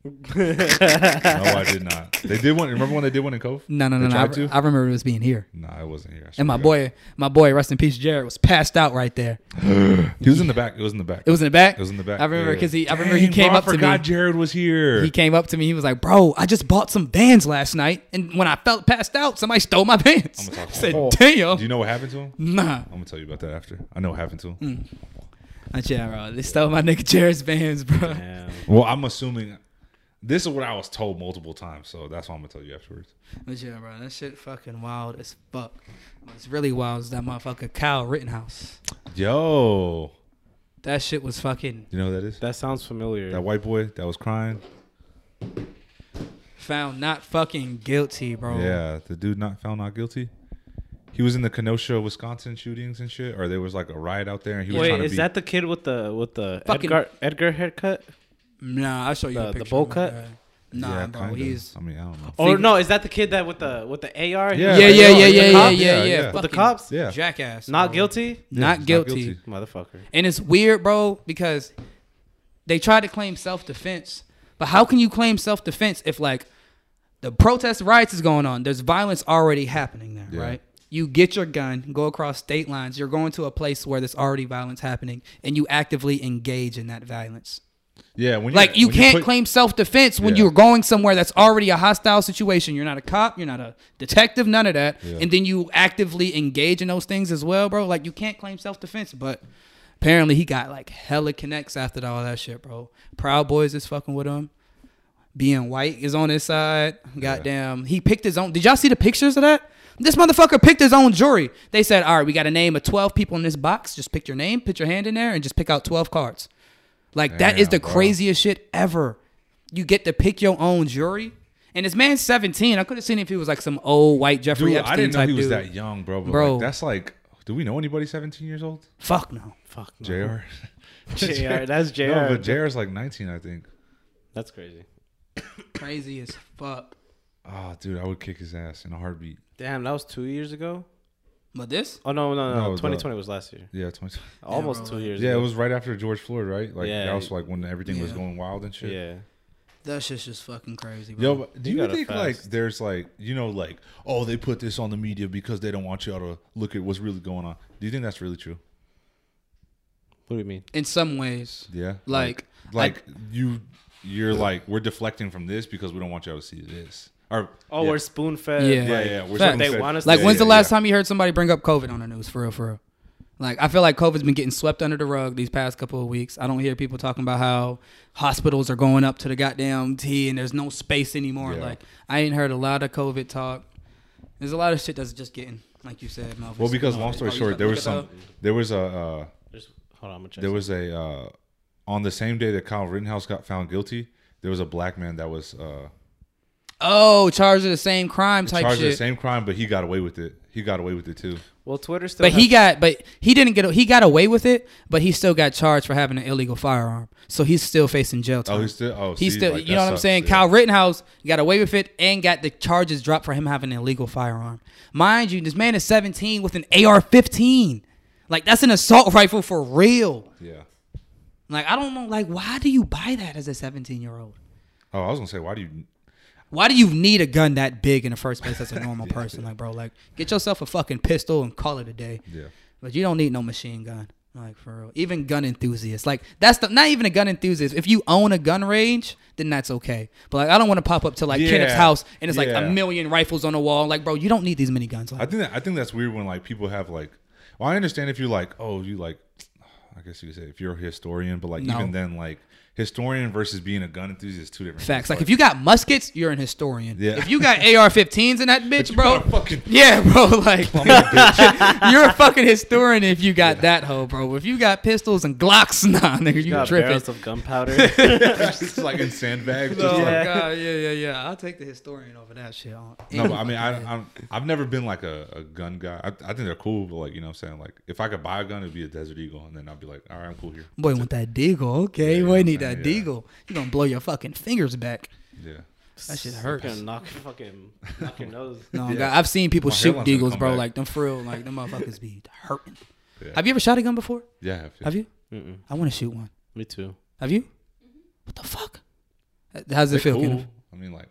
no, I did not. They did one. Remember when they did one in Cove?
No, no,
They
no, no. I,
tried
re-
to?
I remember it was being here.
No, I wasn't here. I swear
And my
to
boy, my boy, rest in peace, Jared was passed out right there.
God. He was in the back. It was in the back.
It was in the back.
It was in the back.
I remember
yeah.
because he, I remember he
Dang,
came
bro,
up
I
to me.
forgot Jared was here.
He came up to me. He was like, "Bro, I just bought some Vans last night, and when I felt passed out, somebody stole my Vans."
I'm gonna
(laughs) I
talk to
said,
him.
"Damn, Mm.
Do you know what happened to him? I'm
nah."
gonna tell you about that after. I know what happened to him.
Mm. I said, bro, they stole my nigga Jared's Vans, bro. (laughs)
Damn.
Well, I'm assuming this is what I was told multiple times, so that's why I'm gonna tell you afterwards.
But yeah, bro, that shit fucking wild as fuck. What's really wild is that motherfucker Kyle Rittenhouse.
Yo,
That shit was fucking
you know who that is?
that sounds familiar.
That white boy that was crying.
found not fucking guilty, bro.
Yeah, the dude not found not guilty. He was in the Kenosha, Wisconsin shootings and shit, or there was like a riot out there, and he was
Wait,
trying to
is
be.
that the kid with the with the
Fucking-
Edgar Edgar haircut?
Nah, I'll show you
The-
a
the
picture.
bowl
of him,
cut?
bro. Nah,
yeah,
bro,
kinda.
he's.
I mean, I don't know.
Or
Fig-
no, is that the kid that with the with the AR?
Yeah,
Yeah,
like,
yeah,
oh,
yeah,
with the
yeah, yeah,
cops?
yeah,
Yeah,
yeah.
yeah.
Fucking
With
With the cops?
Yeah.
Jackass.
Not
bro.
guilty?
Not
he's
guilty.
Motherfucker.
And it's weird, bro, because they try to claim self defense, but how can you claim self defense if like the protest riots is going on? There's violence already happening there,
Yeah.
right? You get your gun, go across state lines. You're going to a place where there's already violence happening, and you actively engage in that violence.
Yeah, when
Like you
when
can't
put-
claim self defense when
Yeah.
you're going somewhere that's already a hostile situation. You're not a cop, you're not a detective, none of that.
Yeah.
And then you actively engage in those things as well, bro. Like you can't claim self defense, but apparently he got like hella connects after all that shit, bro. Proud Boys is fucking with him. Being white is on his side. Goddamn. He picked his own. Did y'all see the pictures of that? This motherfucker picked his own jury. They said, all right, we got a name of 12 people in this box. Just pick your name, put your hand in there, and just pick out 12 cards. Like, that is the
Damn, bro.
craziest shit ever. You get to pick your own jury. And this man's 17. I could have seen if he was like some old white Jeffrey
Dude,
Epstein
I didn't know
type
he was
dude.
that young, bro. But
Bro.
Like, that's like, do we know anybody 17 years old?
Fuck no.
Fuck. no. (laughs)
Jr. (laughs)
JR, that's JR.
No, but Jr's like 19, I think.
That's crazy.
Crazy as fuck.
Oh, dude, I would kick his ass in a heartbeat.
Damn, that was two years ago.
But this?
Oh no, no, no.
No, the-
2020 was last year.
Yeah, 20.
Almost
bro.
two years.
Yeah, it
ago.
was right after George Floyd, right? Like
Yeah.
that was like when everything was
Yeah.
going wild and shit.
Yeah.
That shit's just fucking crazy, bro.
Yo, but do
You
you,
gotta
think like
fast.
there's like you know like oh they put this on the media because they don't want y'all to look at what's really going on? Do you think that's really true?
What do you mean?
In some ways.
Yeah,
Like,
like you you're like we're deflecting from this because we don't want y'all to see this. Or
Oh,
yeah.
we're spoon fed.
yeah
Yeah.
yeah we're
Facts.
spoon
They
fed.
want us to-
Like,
Yeah,
when's the
yeah,
last
yeah.
time you heard somebody bring up COVID on the news? For real, for real. Like, I feel like COVID's been getting swept under the rug these past couple of weeks. I don't hear people talking about how hospitals are going up to the goddamn T and there's no space anymore.
Yeah.
Like, I ain't heard a lot of COVID talk. There's a lot of shit that's just getting, like you said, Melvin.
Well, because long story
Oh, you
short,
got-
there
look
was
at
some there was a. Uh,
Just, hold on, I'm gonna check.
There was a uh, on the same day that Kyle Rittenhouse got found guilty. There was a black man that was uh,
the- Oh, charged with the same crime type
charged with the
shit.
same crime, but he got away with it. He got away with it too.
Well, Twitter still.
But he
has-
got, but he didn't get, he got away with it, but he still got charged for having an illegal firearm. So he's still facing jail time.
Oh, he's still. Oh,
He
see,
still,
like,
you
that
know what I'm
sucks,
saying?
yeah.
Kyle Rittenhouse got away with it and got the charges dropped for him having an illegal firearm. Mind you, this man is 17 with an AR-15. Like that's an assault rifle for real.
Yeah.
Like I don't know. Like why do you buy that as a 17 year old?
Oh, I was gonna say, why do you?
Why do you need a gun that big in the first place as
(laughs)
a normal person? Like bro, like get yourself a fucking pistol and call it a day.
Yeah.
But you don't need no machine gun. Like for real. Even gun enthusiasts. Like that's the not even a gun enthusiast. If you own a gun range, then that's okay. But like I don't want to pop up to like
Yeah.
Kenneth's house and it's like a
Yeah.
million rifles on the wall. Like, bro, you don't need these many guns.
I
Like,
think that, I think that's weird when like people have like. (sighs) Well, I understand if you're like, oh, you like. I guess you could say if you're a historian, but like
No.
even then, like historian versus being a gun enthusiast is two different
Facts.
things.
Like if you got muskets, you're an historian.
Yeah.
If you got AR-15s in that bitch, bro.
got a (laughs) fucking-
yeah, bro. (laughs) Like (laughs) you're a fucking historian if you got that hoe, bro. If you got pistols and Glocks, (laughs) nah, nigga, you
Got
tripping.
barrels
(laughs)
of gunpowder.
it's like in sandbags.
Oh
just
my
like- (laughs)
god, yeah, yeah, yeah. I'll take the historian over that shit. on
no,
any
but I mean,
fucking day.
I, I'm, I've never been like a, a gun guy. I, I think they're cool, but like, you know what I'm saying? Like, if I could buy a gun, it'd be a Desert Eagle, and then I'd be like, all right, I'm cool here.
boy want that deagle. Okay,
Yeah,
boy
yeah,
need
yeah,
that
yeah.
deagle. You gonna blow your fucking fingers back.
Yeah.
That shit
You're
hurts.
gonna knock, fucking, knock your
(laughs)
nose.
No, God, I've seen people
My
shoot
hairline's gonna
deagles,
come
bro.
back.
Like them for real, like them motherfuckers be hurting.
Yeah.
Have you ever shot a gun before?
Yeah. I have to.
Have you?
Mm-mm.
I want to shoot one.
Me too.
Have you? What the fuck? How's it
They're
feel?
cool.
Kenneth?
I mean, like,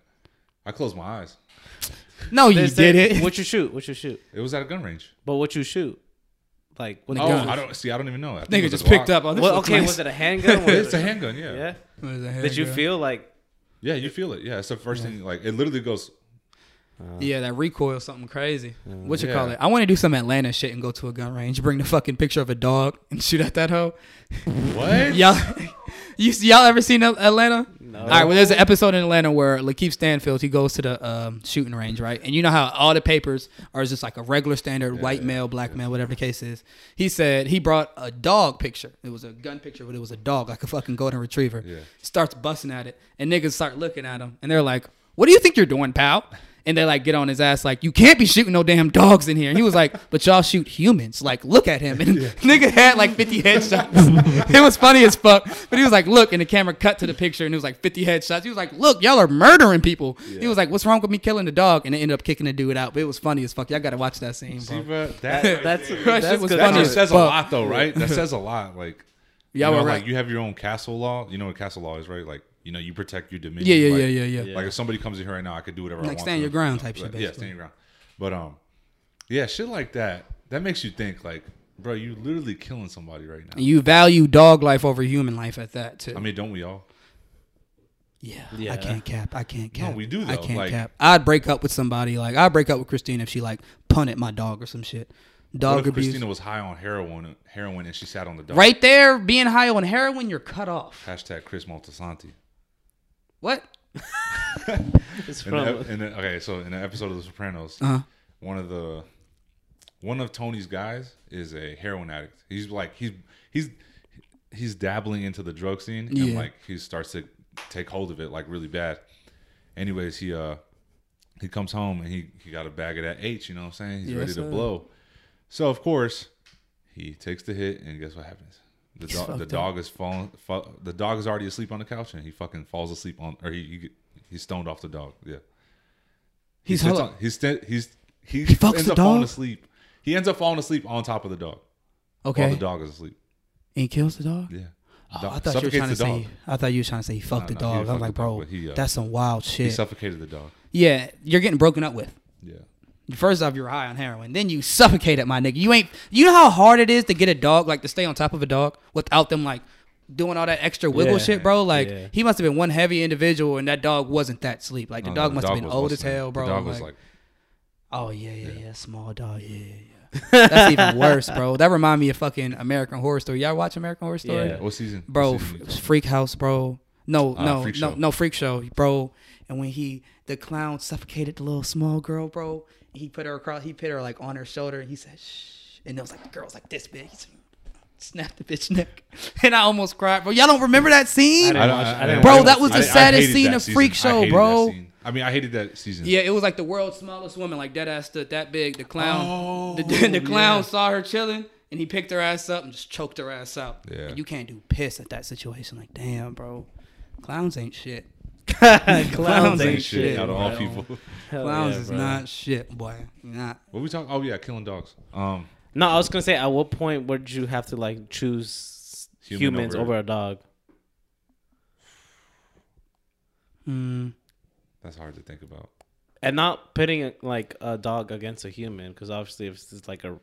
I closed my eyes.
No, you
They say-
did it.
(laughs) What you shoot? What you shoot?
It was at a gun range.
But what you shoot? Like what?
Oh,
gun.
I don't see. I don't even know. I think it
(laughs) Nigga
was a
just picked
Glock. Oh,
up. on this
Well,
looks
okay,
nice.
was it a
(laughs)
handgun? or was
It's a
it-
handgun. Yeah.
Yeah.
What is that?
Did you
Handgun.
feel like?
Yeah, you feel it. Yeah, it's the first thing. Like it literally goes. Uh,
Yeah, that recoil, something crazy. what you call
Yeah.
it? I want to do some Atlanta shit and go to a gun range. Bring the fucking picture of a dog and shoot at that hoe.
What?
Y'all, (laughs) you y'all ever seen Al- Atlanta?
No.
All right, well, there's an episode in Atlanta where Lakeith Stanfield he goes to the um, shooting range, right? And you know how all the papers are just like a regular standard white male, black male, whatever the case is. He said he brought a dog picture. It was a gun picture, but it was a dog, like a fucking golden retriever.
Yeah.
Starts busting at it, and niggas start looking at him, and they're like, "What do you think you're doing, pal?" And they like get on his ass, like, "You can't be shooting no damn dogs in here." And he was like, "But y'all shoot humans. Like, look at him." And (laughs) nigga had like 50 headshots. (laughs) it was funny as fuck. But he was like, "Look," and the camera cut to the picture, and it was like 50 headshots. He was like, "Look, y'all are murdering people." He was like, "What's wrong with me killing the dog?" And they ended up kicking the dude out. But it was funny as fuck. Y'all gotta watch that scene,
See, bro,
bro. (laughs)
That-
that
(laughs) that's
That
that's
shit was
good.
that
funny
just
as
says a
fuck.
lot, though, right? That says a lot.
(laughs)
Like,
Y'all
you know,
were right.
like you have your own castle law. You know what castle law is, right? Like, you know, you protect your dominion.
yeah, yeah,
like,
yeah, yeah, yeah,
Like if somebody comes in here right now, I could do whatever I
Like
want.
stand
to
your
them.
ground type
Like,
shit,
Yeah,
basically.
stand your ground. But um, yeah, shit like that. That makes you think, like, bro, you literally killing somebody right now.
And you value dog life over human life at that too.
I mean, don't we all?
Yeah, I
Yeah.
can't cap. I can't cap.
we do,
I
though,
can't
like-
cap. I'd break up with somebody. Like I'd break up with Christina if she like punted my dog or some shit.
What
Dog
if
abuse.
Christina was high on heroin, heroin, and she sat on the dog?
Right there, being high on heroin, you're cut off.
Hashtag Chris Moltisanti.
What?
It's
In the,
from
ep- in the, okay, so in the episode of The Sopranos,
Uh-huh.
one of the one of Tony's guys is a heroin addict. He's like he's he's he's dabbling into the drug scene and
Yeah.
like he starts to take hold of it like really bad. Anyways, he uh he comes home and he he got a bag of that H, you know what I'm saying? He's
Yes,
ready to
sir.
blow. So of course, he takes the hit and guess what happens? The,
He's
dog the
fucked
dog is falling. Fu- the dog is already asleep on the couch, and he fucking falls asleep on, or he, he get- he's stoned off the dog. Yeah,
He's
he sits
hella-
on, he's sta- he's he,
He fucks
ends
the
up falling
dog?
asleep. He ends up falling asleep on top of the dog while
Okay.
the dog is asleep.
And he kills the dog.
Yeah,
Oh,
Dog-
I thought you were
suffocates
trying to
the
say.
dog.
I thought you were trying to say he fucked the
no, he
dog. I was
fucked
like,
the dog,
bro,
but he, uh,
that's some wild
he
shit.
suffocated the dog.
yeah, you're getting broken up with.
Yeah,
First off, you're high on heroin. Then you suffocate it, my nigga. You ain't. You know how hard it is to get a dog, like to stay on top of a dog without them, like doing all that extra wiggle
Yeah.
shit, bro. Like
Yeah.
he must have been one heavy individual, and that dog wasn't that sleep. Like the
No, no,
dog must have been
was
old as
listening.
hell, bro.
The dog
like,
was like,
oh yeah, yeah, yeah, small dog, yeah, yeah. yeah. That's even worse, bro. That remind me of fucking American Horror Story. Y'all watch American Horror Story?
Yeah.
what season, What
bro.
season you
f-
talking
freak House, bro. No,
Uh,
no,
Freak
no,
Show.
no, freak show, bro. And when he, the clown suffocated the little small girl, bro. He put her across. He put her like on her shoulder, and he said, "Shh." And it was like the girl's like this big. He said, snapped the bitch neck, (laughs) and I almost cried, bro. Y'all don't remember that scene?
I
about?
didn't watch- I didn't
Bro,
watch
that
it.
was the
I- I
saddest
hated
scene
that
of
season.
Freak
I
Show,
hated
bro.
that scene. I mean, I hated that season.
Yeah, it was like the world's smallest woman, like dead ass stood that big. The clown,
Oh,
the, (laughs) the clown
yeah.
saw her chilling, and he picked her ass up and just choked her ass out.
Yeah.
And you can't do piss at that situation. Like, damn, bro, clowns ain't shit. (laughs)
clowns
Same
ain't shit.
out of all
bro.
people.
Hell
Clowns
yeah,
is
bro.
not shit, boy. Not.
What we talking? Oh yeah, killing dogs. Um,
No, I was gonna say, at what point would you have to like choose
Human
humans
over-
over, a dog?
Mm,
that's hard to think about.
And not putting like a dog against a human, because obviously if it's like a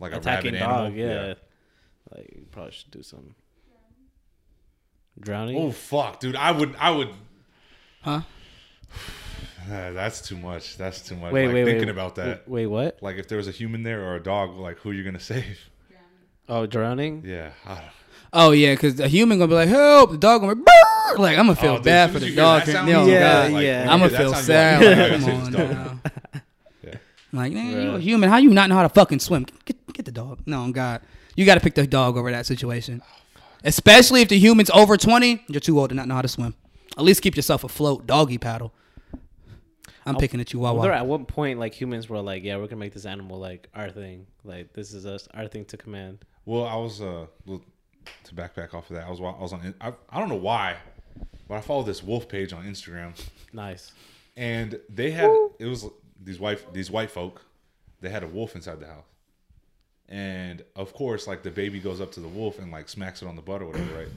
Like a
attacking
rabid animal.
dog, yeah, like you probably should do something. Drowning.
Oh fuck, dude! I would, I would. (sighs)
huh?
Uh, that's too much. That's too much.
wait,
like,
wait,
thinking
wait.
about that.
W- Wait, what?
Like (laughs) if there was a human there or a dog, like who are you gonna save?
Oh, drowning.
Yeah, I don't,
Oh yeah, because the human gonna be like, help. The dog gonna be "Brr!" like, I'm gonna feel
Oh, dude,
bad
as
for
soon as you
the
hear that
dog.
sound,
No,
you
Yeah,
God.
like,
yeah.
when you
I'm
hear
gonna
that
feel
sound,
sad.
you're like,
Like,
"Oh,
come
shit,
on
this dog."
now.
(laughs)
Like, man,
Bruh.
you a human. How you not know how to fucking swim? Get, get the dog. No, God. You got to pick the dog over that situation.
Oh,
Especially if the human's over 20, you're too old to not know how to swim. At least keep yourself afloat. Doggy paddle. I'm picking a chihuahua.
Well, there at one point, like humans were like, "Yeah, we're gonna make this animal like our thing. Like this is us, our thing to command."
Well, I was uh well, to backpack off of that. I was wa- I was on I, I don't know why, but I followed this wolf page on Instagram,
Nice.
and they had it was these white these white folk. They had a wolf inside the house, and of course, like the baby goes up to the wolf and like smacks it on the butt or whatever, right?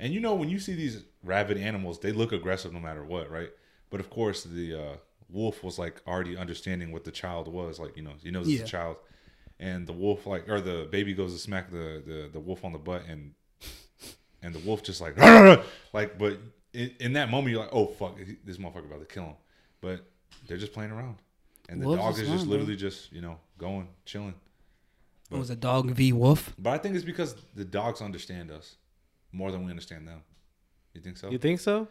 And you know when you see these rabid animals, they look aggressive no matter what, right? But of course, the uh, wolf was like already understanding what the child was, like you know he knows it's
Yeah.
a child, and the wolf like or the baby goes to smack the the, the wolf on the butt and and the wolf just like (laughs) like but in, in that moment you're like oh fuck this motherfucker about to kill him but they're just playing around and the
Wolves
dog
is
is just
wild,
literally just you know going chilling
it was a dog v wolf.
but i think it's because the dogs understand us more than we understand them you think so
You think so?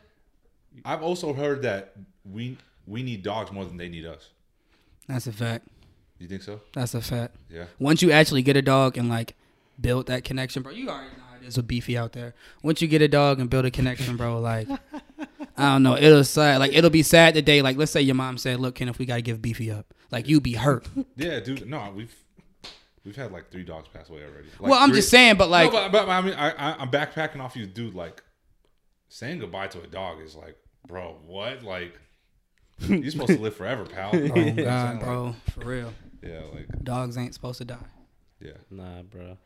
i've also heard that we we need dogs more than they need us
That's a fact.
you think so
That's a fact.
yeah
Once you actually get a dog and like build that connection, bro, you already know how it is with beefy out there. Once you get a dog and build a connection, bro, (laughs) like I don't know, it'll sad. Like it'll be sad the day. Like let's say your mom said, "Look, Kenneth, we gotta give beefy up." Like you be hurt.
yeah dude no we've we've had like three dogs pass away already (laughs) Like,
well, I'm
three-
just saying, but like,
no, but, but I mean, I, I, I'm backpacking off you, dude. Like, saying goodbye to a dog is like, bro, what? Like,
(laughs)
you're supposed to live forever, pal. You know what
(laughs)
(laughs)
oh
I'm saying?
god,
Like,
bro, for real,
yeah, like,
dogs ain't supposed to die.
yeah.
Nah, bro.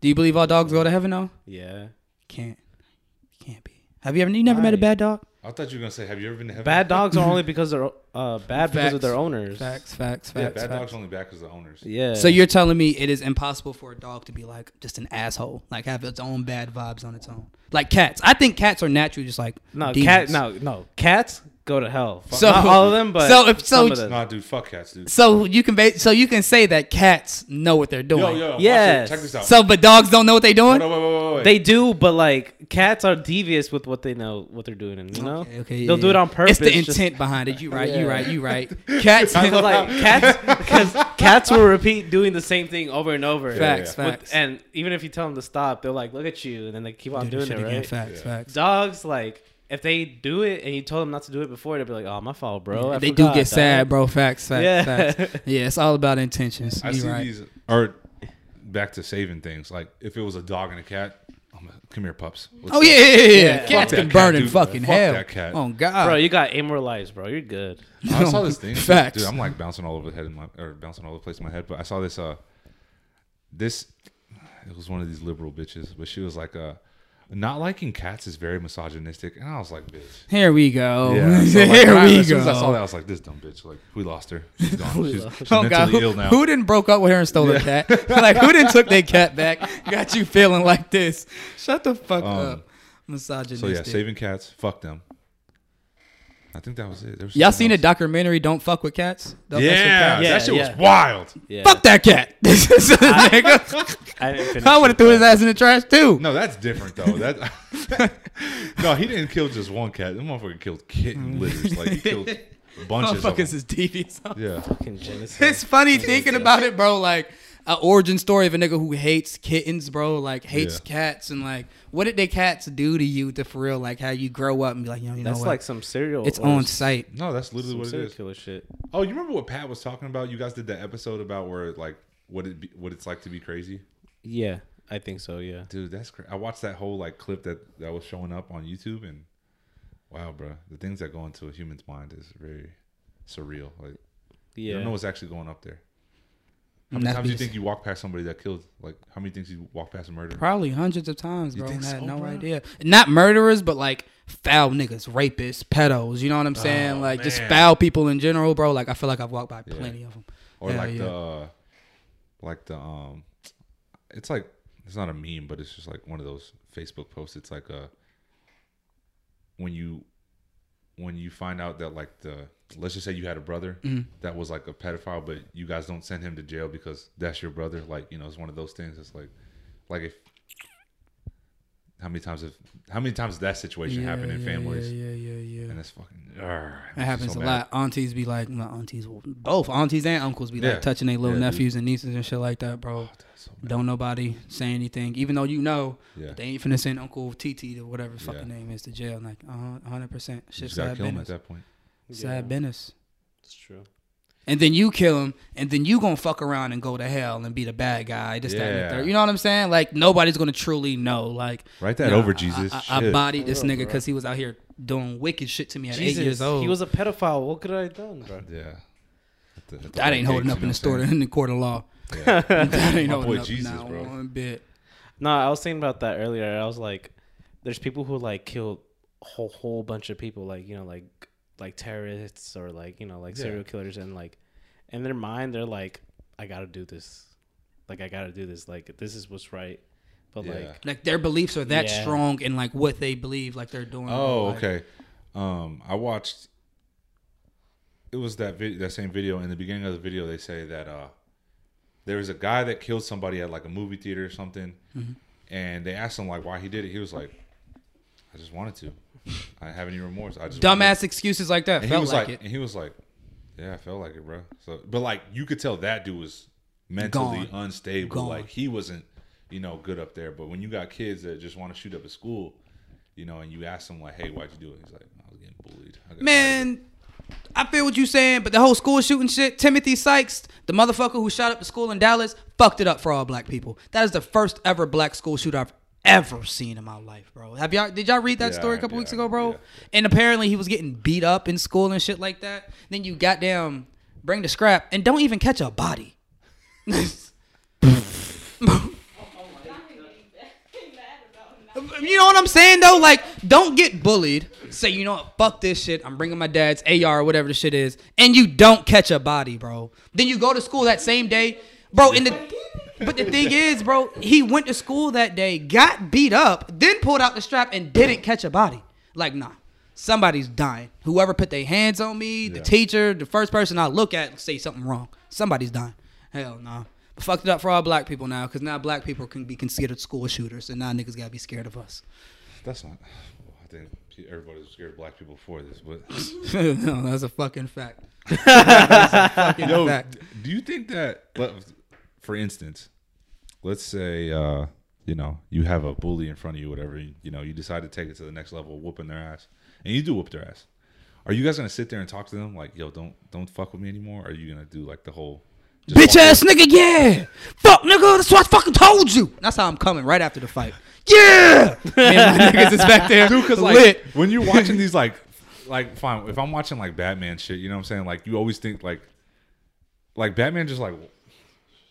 Do you believe all dogs go to heaven? though?
Yeah.
can't, can't be. Have you ever? You never met a
Why?
bad dog?
I thought you were gonna say, have you ever been to heaven?
Bad dogs are only because they're uh bad because of
Facts.
their owners.
Facts, facts, facts.
Yeah, bad
facts.
dogs only bad because the owners.
Yeah.
So you're telling me it is impossible for a dog to be like just an asshole, like have its own bad vibes on its own, like cats. I think cats are naturally just like
no
demons.
cat no no cats go to hell. Fuck-
So-
Not all of them, but
so if- so-
some of them.
Nah, dude, fuck cats, dude.
So you can ba- so you can say that cats know what they're
Yo,
doing.
yo, watch
Yes.
it. check this out.
So but dogs don't know what they're doing.
no, wait, wait, wait, wait.
They do, but like cats are devious with what they know, what they're doing, and you know,
Okay, okay,
they'll
yeah,
do it
yeah.
on purpose.
It's the
just-
intent behind it. You right,
Yeah.
you right,
(laughs)
you right. Cats
I love
like
(laughs)
cats, because cats will repeat doing the same thing over and over.
facts,
yeah.
facts.
With- and even if you tell them to stop, they're like, "Look at you," and then they keep on
Do this shit
doing it.
again.
Right?
Facts,
Yeah.
facts.
Dogs like if they do it and you told them not to do it before, they'll be like, "Oh, my fault, bro." I
they
forgot,
do get
dog."
sad, bro. Facts, facts,
Yeah.
facts. Yeah, it's all about intentions.
I
you
see
right.
these or back to saving things. Like if it was a dog and a cat, I'm a, come here, pups. Let's go.
Oh yeah, yeah, yeah, yeah.
Yeah. Fuck
Cats
that
can
cat,
burn in
dude.
fucking
Fuck
hell.
that cat.
Oh god,
bro. You got immortalized, bro. You're good.
(laughs)
I saw this thing.
Facts.
Dude, I'm like bouncing all over the head in my or bouncing all over the place in my head. But I saw this uh this it was one of these liberal bitches, but she was like uh not liking cats is very misogynistic. And I was like, bitch.
Here we go. (laughs)
Yeah. So, like,
Here
when I-
Oh, we
as soon
go.
as I saw that, I was like, this dumb bitch. Like, we lost her.
(laughs)
She's gone. She's, she's
Oh,
mentally
God. Who,
ill now.
who didn't broke up with her and stole her cat? (laughs) like who didn't took their
(laughs)
cat back? Got you feeling like this? Shut the fuck up, misogynistic.
Um, so yeah, saving cats. Fuck them. I think that was it. There was
Y'all
something
seen the
else.
documentary? Don't fuck with cats. Don't mess
Yeah,
with cats.
that
Yeah,
shit
yeah.
was wild.
Yeah.
Fuck that cat. (laughs) Nigga,
I didn't
(laughs)
finish.
I would have
it.
threw his ass in the trash too.
No, that's different though. That (laughs) no, he didn't kill just one cat. That motherfucker killed kitten litters. Like he
(laughs)
killed bunches of
Motherfuckers
them.
is devious.
Yeah,
Fucking genocide.
It's funny thinking about it, bro. Like an origin story of a nigga who hates kittens, bro. Like hates
Yeah.
cats and like what did they cats do to you to for real? Like how you grow up and be like, yo, you know
That's
what?
like some serial.
it's
or
on
some
site.
no, that's literally what it
serial
is.
killer shit.
Oh, you remember what Pat was talking about? You guys did that episode about where like what it be, what it's like to be crazy,
Yeah, I think so. Yeah.
dude. That's cra- I watched that whole like clip that that was showing up on YouTube, and wow, bro, the things that go into a human's mind is very surreal. Like you
Yeah.
don't know what's actually going up there. How many
That's
times do you
because-
think you walk past somebody that killed? Like how many things you walk past a murder?
Probably hundreds of times, bro.
think
and I had
so,
no
bro?
idea. Not murderers, but like foul niggas, rapists, pedos. You know what I'm saying?
Oh,
like just
man.
foul people in general, bro. Like I feel like I've walked by plenty of them.
or
Hell
like
yeah.
the uh, like the um it's like it's not a meme but it's just like one of those facebook posts it's like uh when you when you find out that like the let's just say you had a brother
Mm-hmm.
that was like a pedophile but you guys don't send him to jail because that's your brother like you know it's one of those things it's like like if how many times have how many times that situation happened in
yeah,
families?
Yeah, yeah, yeah, yeah.
And it's fucking. Argh, it makes
That
me
happens
so
a
mad.
lot. Aunties be like, my aunties, both aunties and uncles be
Yeah.
like touching their little
Yeah, Oh, dude.
nephews and nieces and shit like that, bro.
That's so
Don't nobody say anything, even though you know
Yeah.
they ain't finna send Uncle TT or whatever his
Yeah.
fucking name is to jail. Like, hundred percent,
You
shit,
just gotta
sad
kill him at
business,
that point.
sad business.
It's true.
And then you kill him, and then you gonna fuck around and go to hell and be the bad guy. This, that, and
Yeah.
the third. You know what I'm saying? Like nobody's gonna truly know. Like
Write that
nah,
over,
I-
Jesus.
I, I,
Shit.
bodied this nigga because he was out here doing wicked shit to me at eight years old.
He was a pedophile. What could I have done, bro?
yeah. At the- at the
that ain't
white gates, you
holding up in
know
the store
what I'm
in the court of law.
saying? Yeah. (laughs)
that ain't
My
holding
boy
up
Jesus,
not
bro.
one bit.
No, I was thinking about that earlier. I was like, there's people who like killed a whole whole bunch of people, like you know, like like terrorists or like you know, like
Yeah.
serial killers, and like in their mind, they're like, I gotta do this, like I gotta do this, like this is what's right, but
Yeah.
(laughs)
like
Like their beliefs are that
Yeah.
strong in like what they believe, like they're doing.
Oh,
like,
okay. Um, I watched. It was that vid- that same video. In the beginning of the video, they say that uh, there was a guy that killed somebody at like a movie theater or something,
Mm-hmm.
and they asked him like why he did it. He was like, "I just wanted to. I have any remorse. I just wanted to."
Dumbass excuses like that
And he
felt
was
like,
like,
it.
and he was like, "Yeah, I felt like it, bro." So, but like you could tell that dude was mentally
Gone.
unstable.
Gone.
Like he wasn't, you know, good up there. But when you got kids that just want to shoot up at school, you know, and you ask them like, "Hey, why'd you do it?" He's like, "I was getting bullied." I got tired
Man, I feel what you're saying, but the whole school shooting shit, Timothy Sykes, the motherfucker who shot up the school in Dallas, fucked it up for all black people. That is the first ever black school shooter I've ever seen in my life, bro. Have y'all did y'all read that
Yeah,
story a couple weeks
yeah,
ago, bro?
yeah.
And apparently he was getting beat up in school and shit like that. Then you goddamn bring the scrap and don't even catch a body. You know what I'm saying though? Like, don't get bullied. Say, you know what? Fuck this shit. I'm bringing my dad's AR or whatever the shit is, and you don't catch a body, bro. Then you go to school that same day, bro. And the but the thing is, bro, he went to school that day, got beat up, then pulled out the strap and didn't catch a body. Like, nah, somebody's dying. Whoever put their hands on me, the
Yeah.
teacher, the first person I look at, say something wrong. Somebody's dying. Hell no. Nah. Fucked it up for all black people now, because now black people can be considered school shooters, and now niggas gotta be scared of us. (laughs)
of it." That's not. (sighs) well, I think everybody was scared of black people before this, but
no, that's a fucking fact. that's a fucking
yo,
fact.
do you think that, let- for instance, let's say, uh, you know, you have a bully in front of you, whatever, you, you know, you decide to take it to the next level, whooping their ass, and you do whoop their ass. Are you guys gonna sit there and talk to them like, yo, don't don't fuck with me anymore? Or are you gonna do like the whole just
Bitch
walk
ass nigga, yeah. Fuck nigga, that's what I fucking told you. That's how I'm coming right after the fight. (laughs) Yeah. And my niggas is back there.
Dude, because like
lit.
when you're
(laughs)
watching these like like fine, if I'm watching like Batman shit, you know what I'm saying? Like you always think like like Batman just like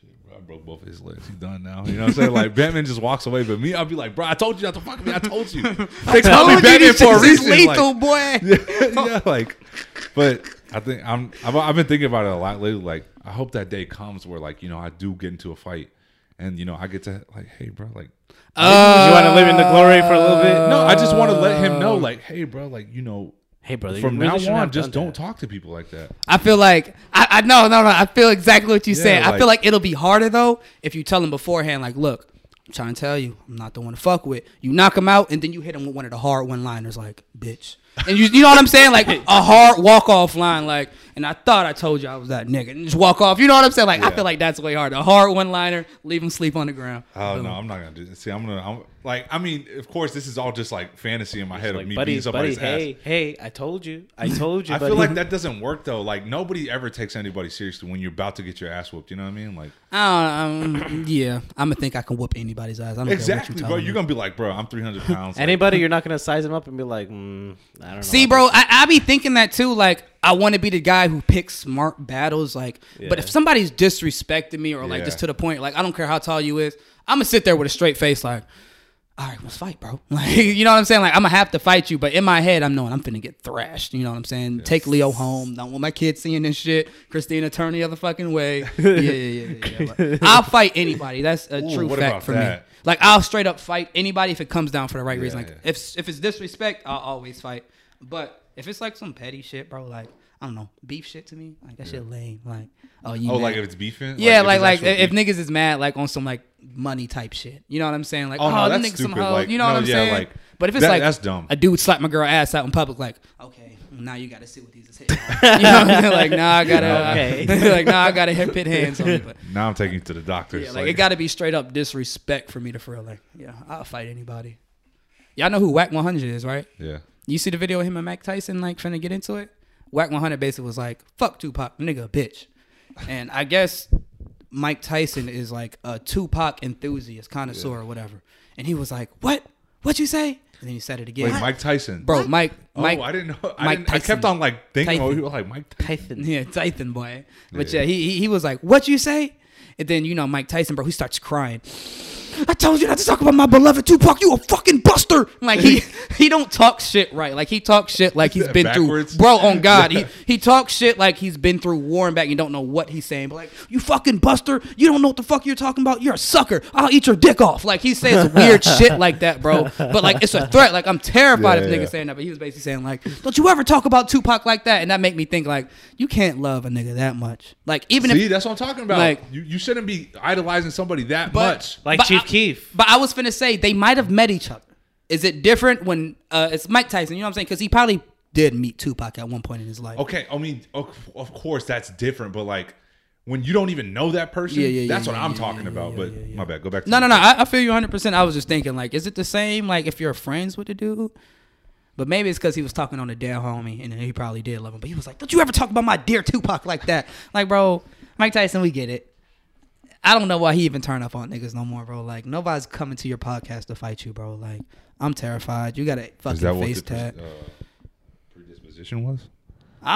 shit, bro, I broke both his legs. He's done now. You know what I'm saying? Like Batman just walks away, but me, I'll be like, bro, I told you not to fuck with me. I told
(laughs)
you. They call
Told
me
you
Batman
these
for a
shits is
reason. (laughs)
lethal,
like,
boy.
yeah, yeah, like, but I think I'm. I've, I've been thinking about it a lot lately. Like, I hope that day comes where, like, you know, I do get into a fight, and you know, I get to like, hey, bro, like,
you want to live in the glory for a little bit.
no, I just want to let him know, like, hey, bro, like, you know,
hey brother,
from
you really
now
shouldn't
on,
have
just
done
don't
that.
talk to people like that.
I feel like I, I no no no. I feel exactly what you
Yeah,
said. I feel
like-
like it'll be harder though if you tell them beforehand. Like, look, I'm trying to tell you, I'm not the one to fuck with. You knock them out, and then you hit them with one of the hard one liners, like, bitch. And you, you know what I'm
(laughs)
saying? Like a hard walk off line, like, and I thought I told you I was that nigga, and just walk off. You know what I'm saying? Like, I
Yeah.
feel like that's way harder. A hard one liner, leave them sleep on the ground.
Oh no, I'm not gonna do. This. See, I'm gonna, I'm like, I mean, of course, this is all just like fantasy in my head of
Like,
me
buddy,
beating
buddy,
somebody's
hey,
ass.
hey, I told you, I told you.
I feel
buddy.
like that doesn't work though. Like nobody ever takes anybody seriously when you're about to get your ass whooped. You know what I mean? Like
I don't know. Um, yeah, I'm gonna think I can whoop anybody's ass. I don't
exactly,
care what
bro.
you
You're gonna be like, bro, I'm
(laughs)
300 pounds. like,
(laughs) Anybody, you're not gonna size them up and be like, mm, I don't know.
See, bro, I, I be thinking that too. Like, I want to be the guy who picks smart battles. Like, but if
Yeah.
somebody's disrespecting me or like
Yeah.
just to the point, like I don't care how tall you is, I'm gonna sit there with a straight face, like, all right, let's fight, bro. (laughs) Like, you know what I'm saying? Like, I'm gonna have to fight you, but in my head, I'm knowing I'm finna get thrashed. You know what I'm saying? Take Leo home. Don't want my kids seeing this shit. Christina, turn the other
(laughs)
fucking way. Yeah, yeah, yeah. yeah, yeah. Like, I'll fight anybody. That's a
Ooh,
true
what about
fact for me.
that?
Like I'll straight up fight anybody if it comes down for the right reason.
Yeah,
Like if if it's disrespect, I'll always fight. But if it's like some petty shit, bro, like I I don't know beef shit to me. Like that shit lame. Like oh you.
Oh,
mad.
like if it's beefing.
yeah,
if
like
it's
like
actual
if
beef.
niggas is mad like on some like money type shit. You know what I'm saying? Like
Oh,
oh,
no,
the
that's
niggas some
stupid.
hoe.
Like,
you know
no,
what I'm
yeah,
saying?
like,
but if it's
that-
like
that's dumb.
A dude slap my girl ass out in public. Like okay, now you got to sit with these. as
(laughs)
hit. you know what I'm saying? Like nah, I gotta
Okay.
(laughs) like nah, I gotta hit pit hands on you. But
Now I'm taking you to the doctor.
yeah, like it got to be straight up disrespect for me to feel like yeah, I'll fight anybody. Y'all know who Whack 100 is, right?
Yeah.
You see the video of him and Mac Tyson like trying to get into it? Whack 100 basically was like, fuck Tupac, nigga, bitch. And I guess Mike Tyson is like a Tupac enthusiast, connoisseur, or whatever. And he was like, what? What you say? And then he said it again.
Wait, Mike Tyson.
Bro, Mike,
Oh,
Mike,
I didn't know. I,
Mike
didn't, I
Tyson.
kept on like thinking. Oh,
Tyson.
you were like Mike. Tyson.
Python.
Yeah, Tyson boy. But
Yeah.
yeah, he, he he was like, "What you say?" And then you know Mike Tyson, bro, he starts crying. I told you not to talk about my beloved Tupac. You a fucking buster. Like
(laughs)
he he don't talk shit right. Like he talks shit like he's been
Backwards.
through. Bro, on God, he he talks shit like he's been through war and back. You don't know what he's saying, but like you fucking buster. You don't know what the fuck you're talking about. You're a sucker. I'll eat your dick off. Like he says
(laughs)
weird shit like that, bro. But like it's a threat. Like I'm terrified
Yeah,
of
yeah.
niggas saying saying that, but he was basically saying like, "Don't you ever talk about Tupac like that?" And that make me think like, you can't love a nigga that much. Like even
See,
if,
that's what I'm talking about.
Like-
you, you shouldn't be idolizing somebody that
but
much.
Like
but
Chief
I,
Keef.
But I was finna say they might have met each other. Is it different when uh, it's Mike Tyson? You know what I'm saying? Because he probably did meet Tupac at one point in his life.
Okay, I mean, of of course that's different, but like when you don't even know that person,
Yeah, yeah,
that's
yeah,
what
yeah,
I'm
yeah,
talking
yeah,
about.
yeah,
but
yeah, yeah.
my bad, go back. To
No,
you.
no, no. I, I feel you 100. percent I was just thinking like, is it the same? Like if you're friends with the dude. But maybe it's because he was talking on the down homie, and then he probably did love him. But he was like, "Don't you ever talk about my dear Tupac like that?" Like, bro, Mike Tyson, we get it. I don't know why he even turned up on niggas no more, bro. Like nobody's coming to your podcast to fight you, bro. Like I'm terrified. You got a
Is that
fucking
what
face
the
tag.
pres- uh, predisposition was?
I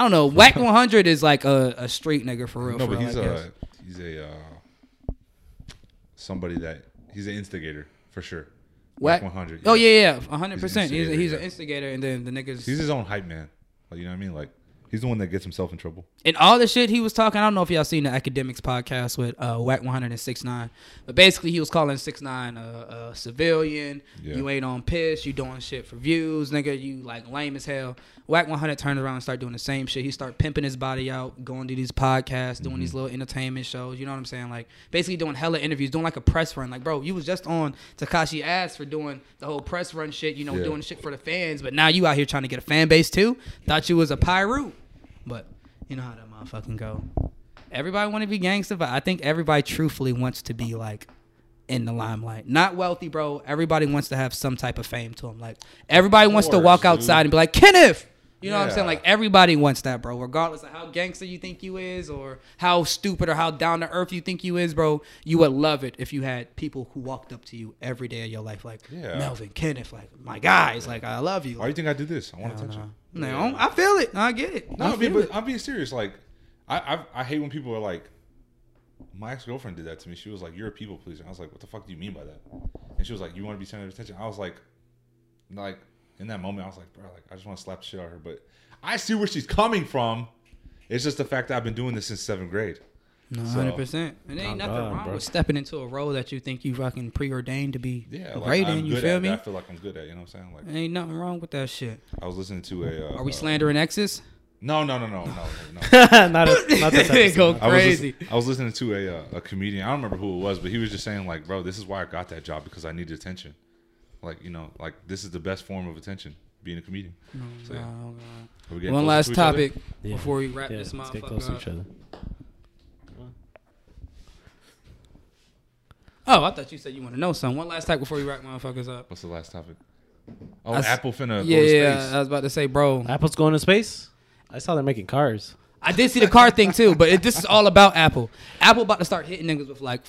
(laughs)
don't know. Whack 100 is like a, a street nigga for real.
No,
for
but
real,
he's
I guess.
a he's a uh, somebody that he's an instigator for sure.
Whack.
100.
Oh yeah, yeah, 100. percent
He's
He's
an
a, he's an
instigator,
instigator, and then the niggas.
he's his own hype man. Like you know what I mean? Like he's the one that gets himself in trouble.
and all the shit he was talking, I don't know if y'all seen the academics podcast with uh, Whack 1069, but basically he was calling 69 a, a civilian.
Yeah.
You ain't on piss. You doing shit for views, nigga. You like lame as hell. Whack 100 turned around and started doing the same shit. He started pimping his body out, going to these podcasts, doing these little entertainment shows. You know what I'm saying? Like basically doing hella interviews, doing like a press run. Like bro, you was just on Takashi ass for doing the whole press run shit. You know,
Yeah.
doing shit for the fans, but now you out here trying to get a fan base too. Thought you was a pyro. But you know how that motherfucking go. Everybody want to be gangster, but I think everybody truthfully wants to be like in the limelight. Not wealthy, bro. Everybody wants to have some type of fame to them. Like everybody wants to
course,
walk
dude.
outside and be like Kenneth. You know what I'm saying?
Yeah.
Like everybody wants that, bro. Regardless of how gangster you think you is, or how stupid or how down to earth you think you is, bro. You would love it if you had people who walked up to you every day of your life, like
Yeah.
Melvin, Kenneth, like my guys, like I love you.
Why do you think I do this? I want
I don't
attention.
know. No, I feel it. I get it.
No, I mean,
feel
but
it.
I'm being serious. Like, I, I I hate when people are like, my ex girlfriend did that to me. She was like, "You're a people pleaser." I was like, "What the fuck do you mean by that?" And she was like, "You want to be centered of attention?" I was like, like in that moment, I was like, "Bro, like I just want to slap the shit out of her." But I see where she's coming from. It's just the fact that I've been doing this since seventh grade.
No,
So-
hundred percent. And there ain't
Oh,
nothing
God,
wrong
bro.
with stepping into a role that you think you fucking preordained to be
Yeah, like,
great
I'm
in. You
good
feel
at it.
me?
I feel like I'm good at. it, You know what I'm saying? Like,
Ain't nothing wrong with that shit.
I was listening to a. Uh,
Are we
uh,
slandering exes?
No, no, no, no, no, no. no.
(laughs) not a, not this
They (laughs) go
episode.
I was (laughs)
crazy.
listen- I was listening to a uh, a comedian. I don't remember who it was, but he was just saying like, "Bro, this is why I got that job because I needed attention. Like, you know, like this is the best form of attention, being a comedian." So, yeah.
Oh,
Are we
God.
getting
One
closer to
last
each other?
topic
Yeah.
before we wrap
Yeah,
this
let's get
motherfucker
close to each
up.
other.
Oh, I thought you said you want to know something. One last topic before we wrap motherfuckers up.
What's the last topic? Oh,
I s-
Apple finna
Yeah,
go to
yeah.
space.
I was about to
(laughs)
say, bro.
Apple's going to space. I saw they're making cars.
I did see the car thing too, but it, this is all about Apple. Apple about to start hitting niggas with like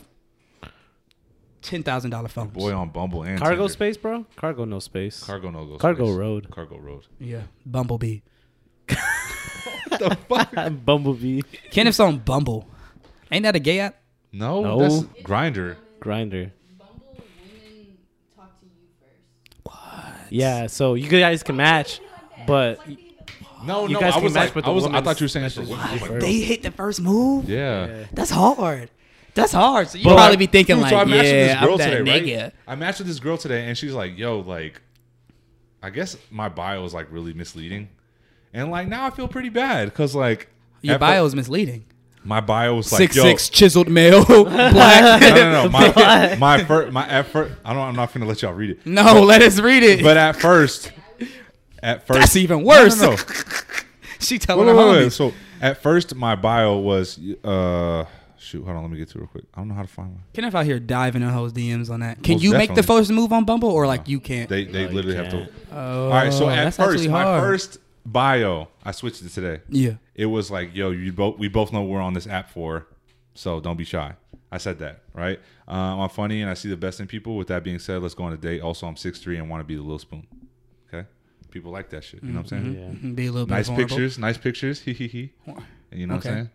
ten thousand dollar phones.
Boy on Bumble and
Cargo
Tinder.
space, bro. Cargo no space.
Cargo no go.
Cargo
space.
road.
Cargo
(laughs)
road.
Yeah, Bumblebee.
Bumblebee.
Kenneth's on Bumble. Ain't that a gay app?
No,
No.
that's grinder.
Grinder.
Bumble women talk to you first.
Yeah, so you guys can match, but
No,
You
no.
guys
I
can
was
match
like,
with
I
the
was. I
woman's
thought you were saying this for
message.
women. I was like,
First.
They hit the first move.
yeah.
That's hard. That's hard. So you
But-
probably be thinking
Dude,
like,
so I matched with
yeah,
this girl
I'm that
today,
nigga.
right? I matched with this girl today, and she's like, "Yo, like, I guess my bio is like really misleading." And like now I feel pretty bad because like
Your
after-
bio is misleading.
my bio was like
six
yo,
six chiseled (laughs) male
(laughs) No,
black.
no, no. My my first, my effort. I don't. I'm not gonna let y'all read it.
(laughs) no, let us read it.
But at first, at first,
That's even worse. (laughs)
No, no, no.
she telling her
Wait, wait, wait.
homies.
So at first, my bio was uh, shoot. Hold on, let me get to it real quick. I don't know how to find one.
Can I out here diving in hoes DMs on that? Can
Most
you make the
definitely.
first move on Bumble or like you can't?
They they
you
literally have to.
can't.
oh,
All right. So at
that's
first,
actually
my
hard.
first bio, I switched it today.
yeah.
It was like, yo, you both. We both know what we're on this app for, so don't be shy. I said that right. Um, I'm funny and I see the best in people. With that being said, let's go on a date. Also, I'm six three and want to be the little spoon. Okay. People like that shit. You know what I'm saying?
Yeah.
Mhm, Be a little bit
Nice
vulnerable.
pictures. Nice pictures. (laughs) He he he. You know what
okay.
I'm saying?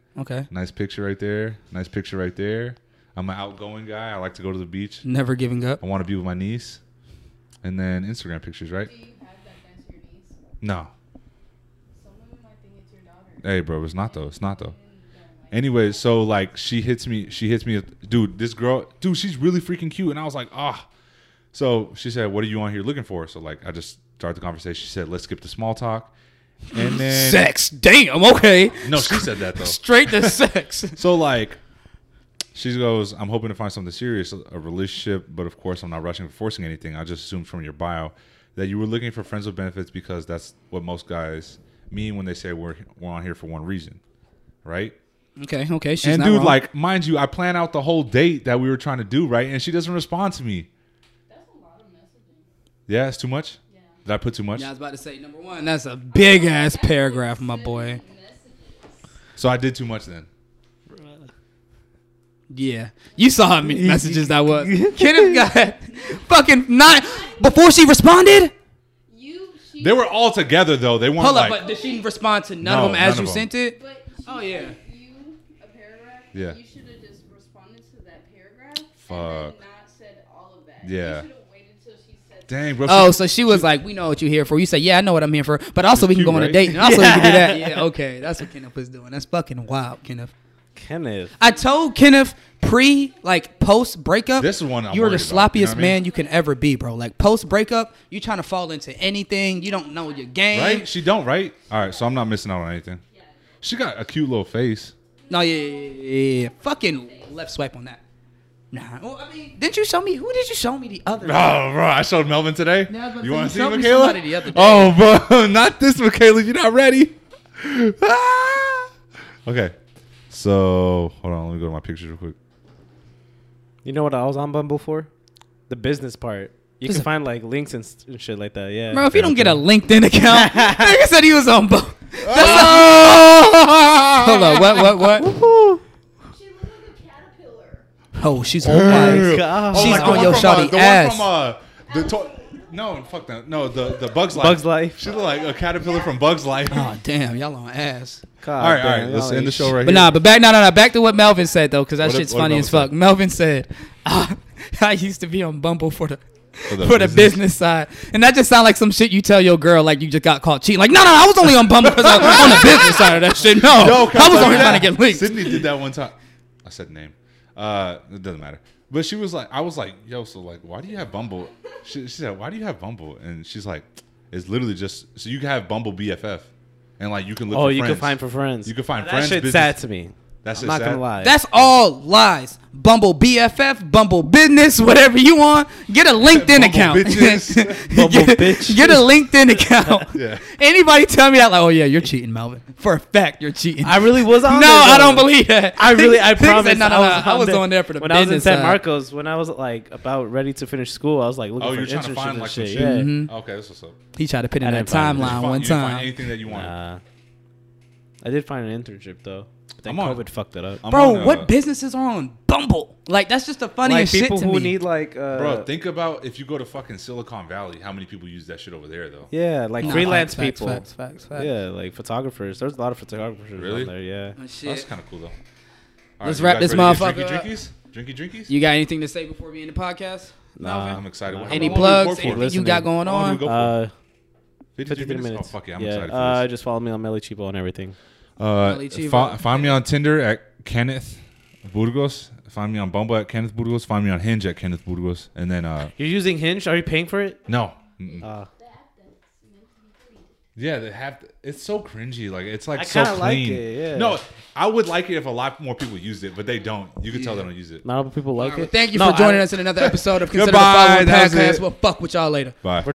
Okay.
Nice picture right there. Nice picture right there. I'm an outgoing guy. I like to go to the beach.
Never giving up.
I want to be with my niece. And then Instagram pictures, right?
Do you have that down to your niece?
No.
Some women might think it's your daughter.
Hey, bro, it's not though. It's not though.
And they're like,
Anyway, so like she hits me. She hits me. with- Dude, this girl, dude, she's really freaking cute. And I was like, ah. So she said, "What are you on here looking for?" So like, I just started the conversation. She said, "Let's skip the small talk." And then
Sex. Damn. Okay.
no, she said that though.
Straight to sex. (laughs)
So like, she goes, "I'm hoping to find something serious, a relationship, but of course, I'm not rushing or forcing anything. I just assumed from your bio that you were looking for friends with benefits because that's what most guys mean when they say we're we're on here for one reason, right?"
Okay. Okay. She's
and
not
dude,
wrong.
like, mind you, I plan out the whole date that we were trying to do, right? And she doesn't respond to me.
That's a lot of messaging.
Yeah, it's too much.
Yeah.
Did I put too much?
Yeah, I was about to say number one. That's a big ass paragraph, my boy.
Messages.
So I did too much then.
Yeah, you saw how many messages that was. Kenneth got fucking nine before she responded.
You, she,
They were all together though. They weren't
Hold
like
up, but did she respond to none
No,
of them as
none
you
of
sent it?
But she
Oh, yeah.
sent You a paragraph.
Yeah.
You should have just responded to that paragraph. And
Fuck.
then not said all of that.
Yeah.
You should have waited till she said.
dang, bro.
Oh, so she was like, "We know what you're here for." You say, "Yeah, I know what I'm here for," but also we can
cute,
go on a
right?
date, and also we can
(laughs)
do that. Yeah, okay, that's what Kenneth was doing. That's fucking wild, Kenneth.
Kenneth.
I told Kenneth pre like post breakup.
This is one I'm
you are the
worried about,
sloppiest
you know what I mean?
man you can ever be, bro. Like post breakup, you trying to fall into anything. You don't know your game.
Right? She don't, right? All right, so I'm not missing out on anything. She got a cute little face.
No, yeah, yeah, yeah, yeah, yeah. Fucking left swipe on that. Nah. Well, I mean, didn't you show me? Who did you show me the other?
Oh, bro, I showed Melvin today.
Yeah, I was about to
you
say,
want
you
to see
showed me
Michaela?
somebody the other day.
Oh, bro, (laughs) not this Michaela. You're not ready. (laughs) Ah! Okay, so hold on. Let me go to my pictures real quick.
You know what I was on Bumble for? The business part. You
Business-
can find like links and, st- and shit like that. Yeah.
Bro, if you don't
(laughs)
get a LinkedIn account, like I said, he was on both.
Oh.
Hold on, what, what, what?
Woo.
She looked like a caterpillar.
Oh, she's on
oh my God.
She's
the
on
one
your
from, uh,
shawty
the
ass.
One from, uh, the to- no, fuck that. No, the the Bugs Life.
Bugs Life.
She look like a caterpillar from Bugs Life.
Oh damn, y'all on ass.
God,
all right, all right.
damn,
Let's
y'all
end the
ain't
show
shit.
right
But
here.
nah, but back, no, no, no. Back to what Melvin said though, because that
What did-
shit's
what did
funny as
Melvin
fuck. Melvin said, (laughs) "Ah, "I used to be on Bumble for the."
For the
For the business side, and that just sound like some shit you tell your girl, like you just got caught cheating. Like, no, no, I was only on Bumble 'cause I was on the business side of that shit. No,
Yo,
I was
Kyle,
only
yeah.
trying to get linked.
Sydney did that one time. I said name. Uh, it doesn't matter. But she was like, I was like, yo, so like, why do you have Bumble? She, she said, why do you have Bumble? And she's like, it's literally just so you can have Bumble BFF, and like you can look.
Oh,
for
you can
friends.
find for friends.
You can find
that
friends.
shit's
business-
sad to me.
That's
I'm
just
not gonna
sad.
lie.
That's all lies. Bumble BFF, Bumble Business, whatever you want. Get a LinkedIn
Bumble
account. (laughs)
bitches.
Bumble
get,
bitch.
Get a LinkedIn account.
(laughs) Yeah.
Anybody tell me that? Like, oh yeah, you're cheating, Melvin. For a fact, you're cheating.
I really was
no,
on. there,
I
though.
don't believe that.
I really,
(laughs)
I
Nigga said,
promise.
No, no, no. I was
there.
on there for the
when I was in
business.
San
side.
Marcos. When I was like about ready to finish school, I was like looking
Oh,
for
you're trying to
internship
find
and
like some
shit.
shit.
Yeah.
Mm-hmm.
Okay, that's what's up. You
He tried to put in
I
that
didn't find it.
timeline
find-
one
you can find
time.
anything that you want.
Nah. I did find an internship though. But Then
I'm on-
COVID fucked it up.
I'm on,
Bro,
uh,
what businesses are on Bumble? Like, that's just the
like
funniest shit
people
to
who
me.
need like uh,
Bro, think about if you go to fucking Silicon Valley, how many people use that shit over there though?
yeah, like
Nah,
freelance
facts,
people.
Facts, facts, facts.
Yeah, like photographers. There's a lot of photographers
Really?
on there. Yeah.
Oh,
Oh,
that's
shit.
kind of cool though. All
Let's
you
wrap
guys
this
ready to get
motherfucker
Drinky
up.
drinkies, drinky drinkies.
You got anything to say before we end the podcast?
Nah.
I'm excited. What-
Any
how long do we
plugs?
go for?
Anything you got
Listening.
going
How long do
on?
we go for?
Uh,
53
53 minutes.
Oh, fuck yeah, I'm
yeah.
excited
uh,
for
Just follow me on Melly Chipo and everything.
Melly
this. Uh,
Chivo.
fi- find me on Tinder at Kenneth Burgos. Find me on Bumble at Kenneth Burgos. Find me on Hinge at Kenneth Burgos. And then, uh,
You're using Hinge? Are you paying for it?
no. Mm-mm.
Uh,
The app that's meant to be deleted.
Yeah, they have. To, it's so cringy. Like it's like
I
so
kinda like
clean.
it, yeah.
No, I would like it if a lot more people used it, but they don't. You can tell they don't use it.
Not all people like
All right, well,
it.
thank you
No,
for joining
I-
us in another episode of Consider the
Goodbye,
Following
that was
Podcast.
it.
We'll fuck with y'all later.
Bye.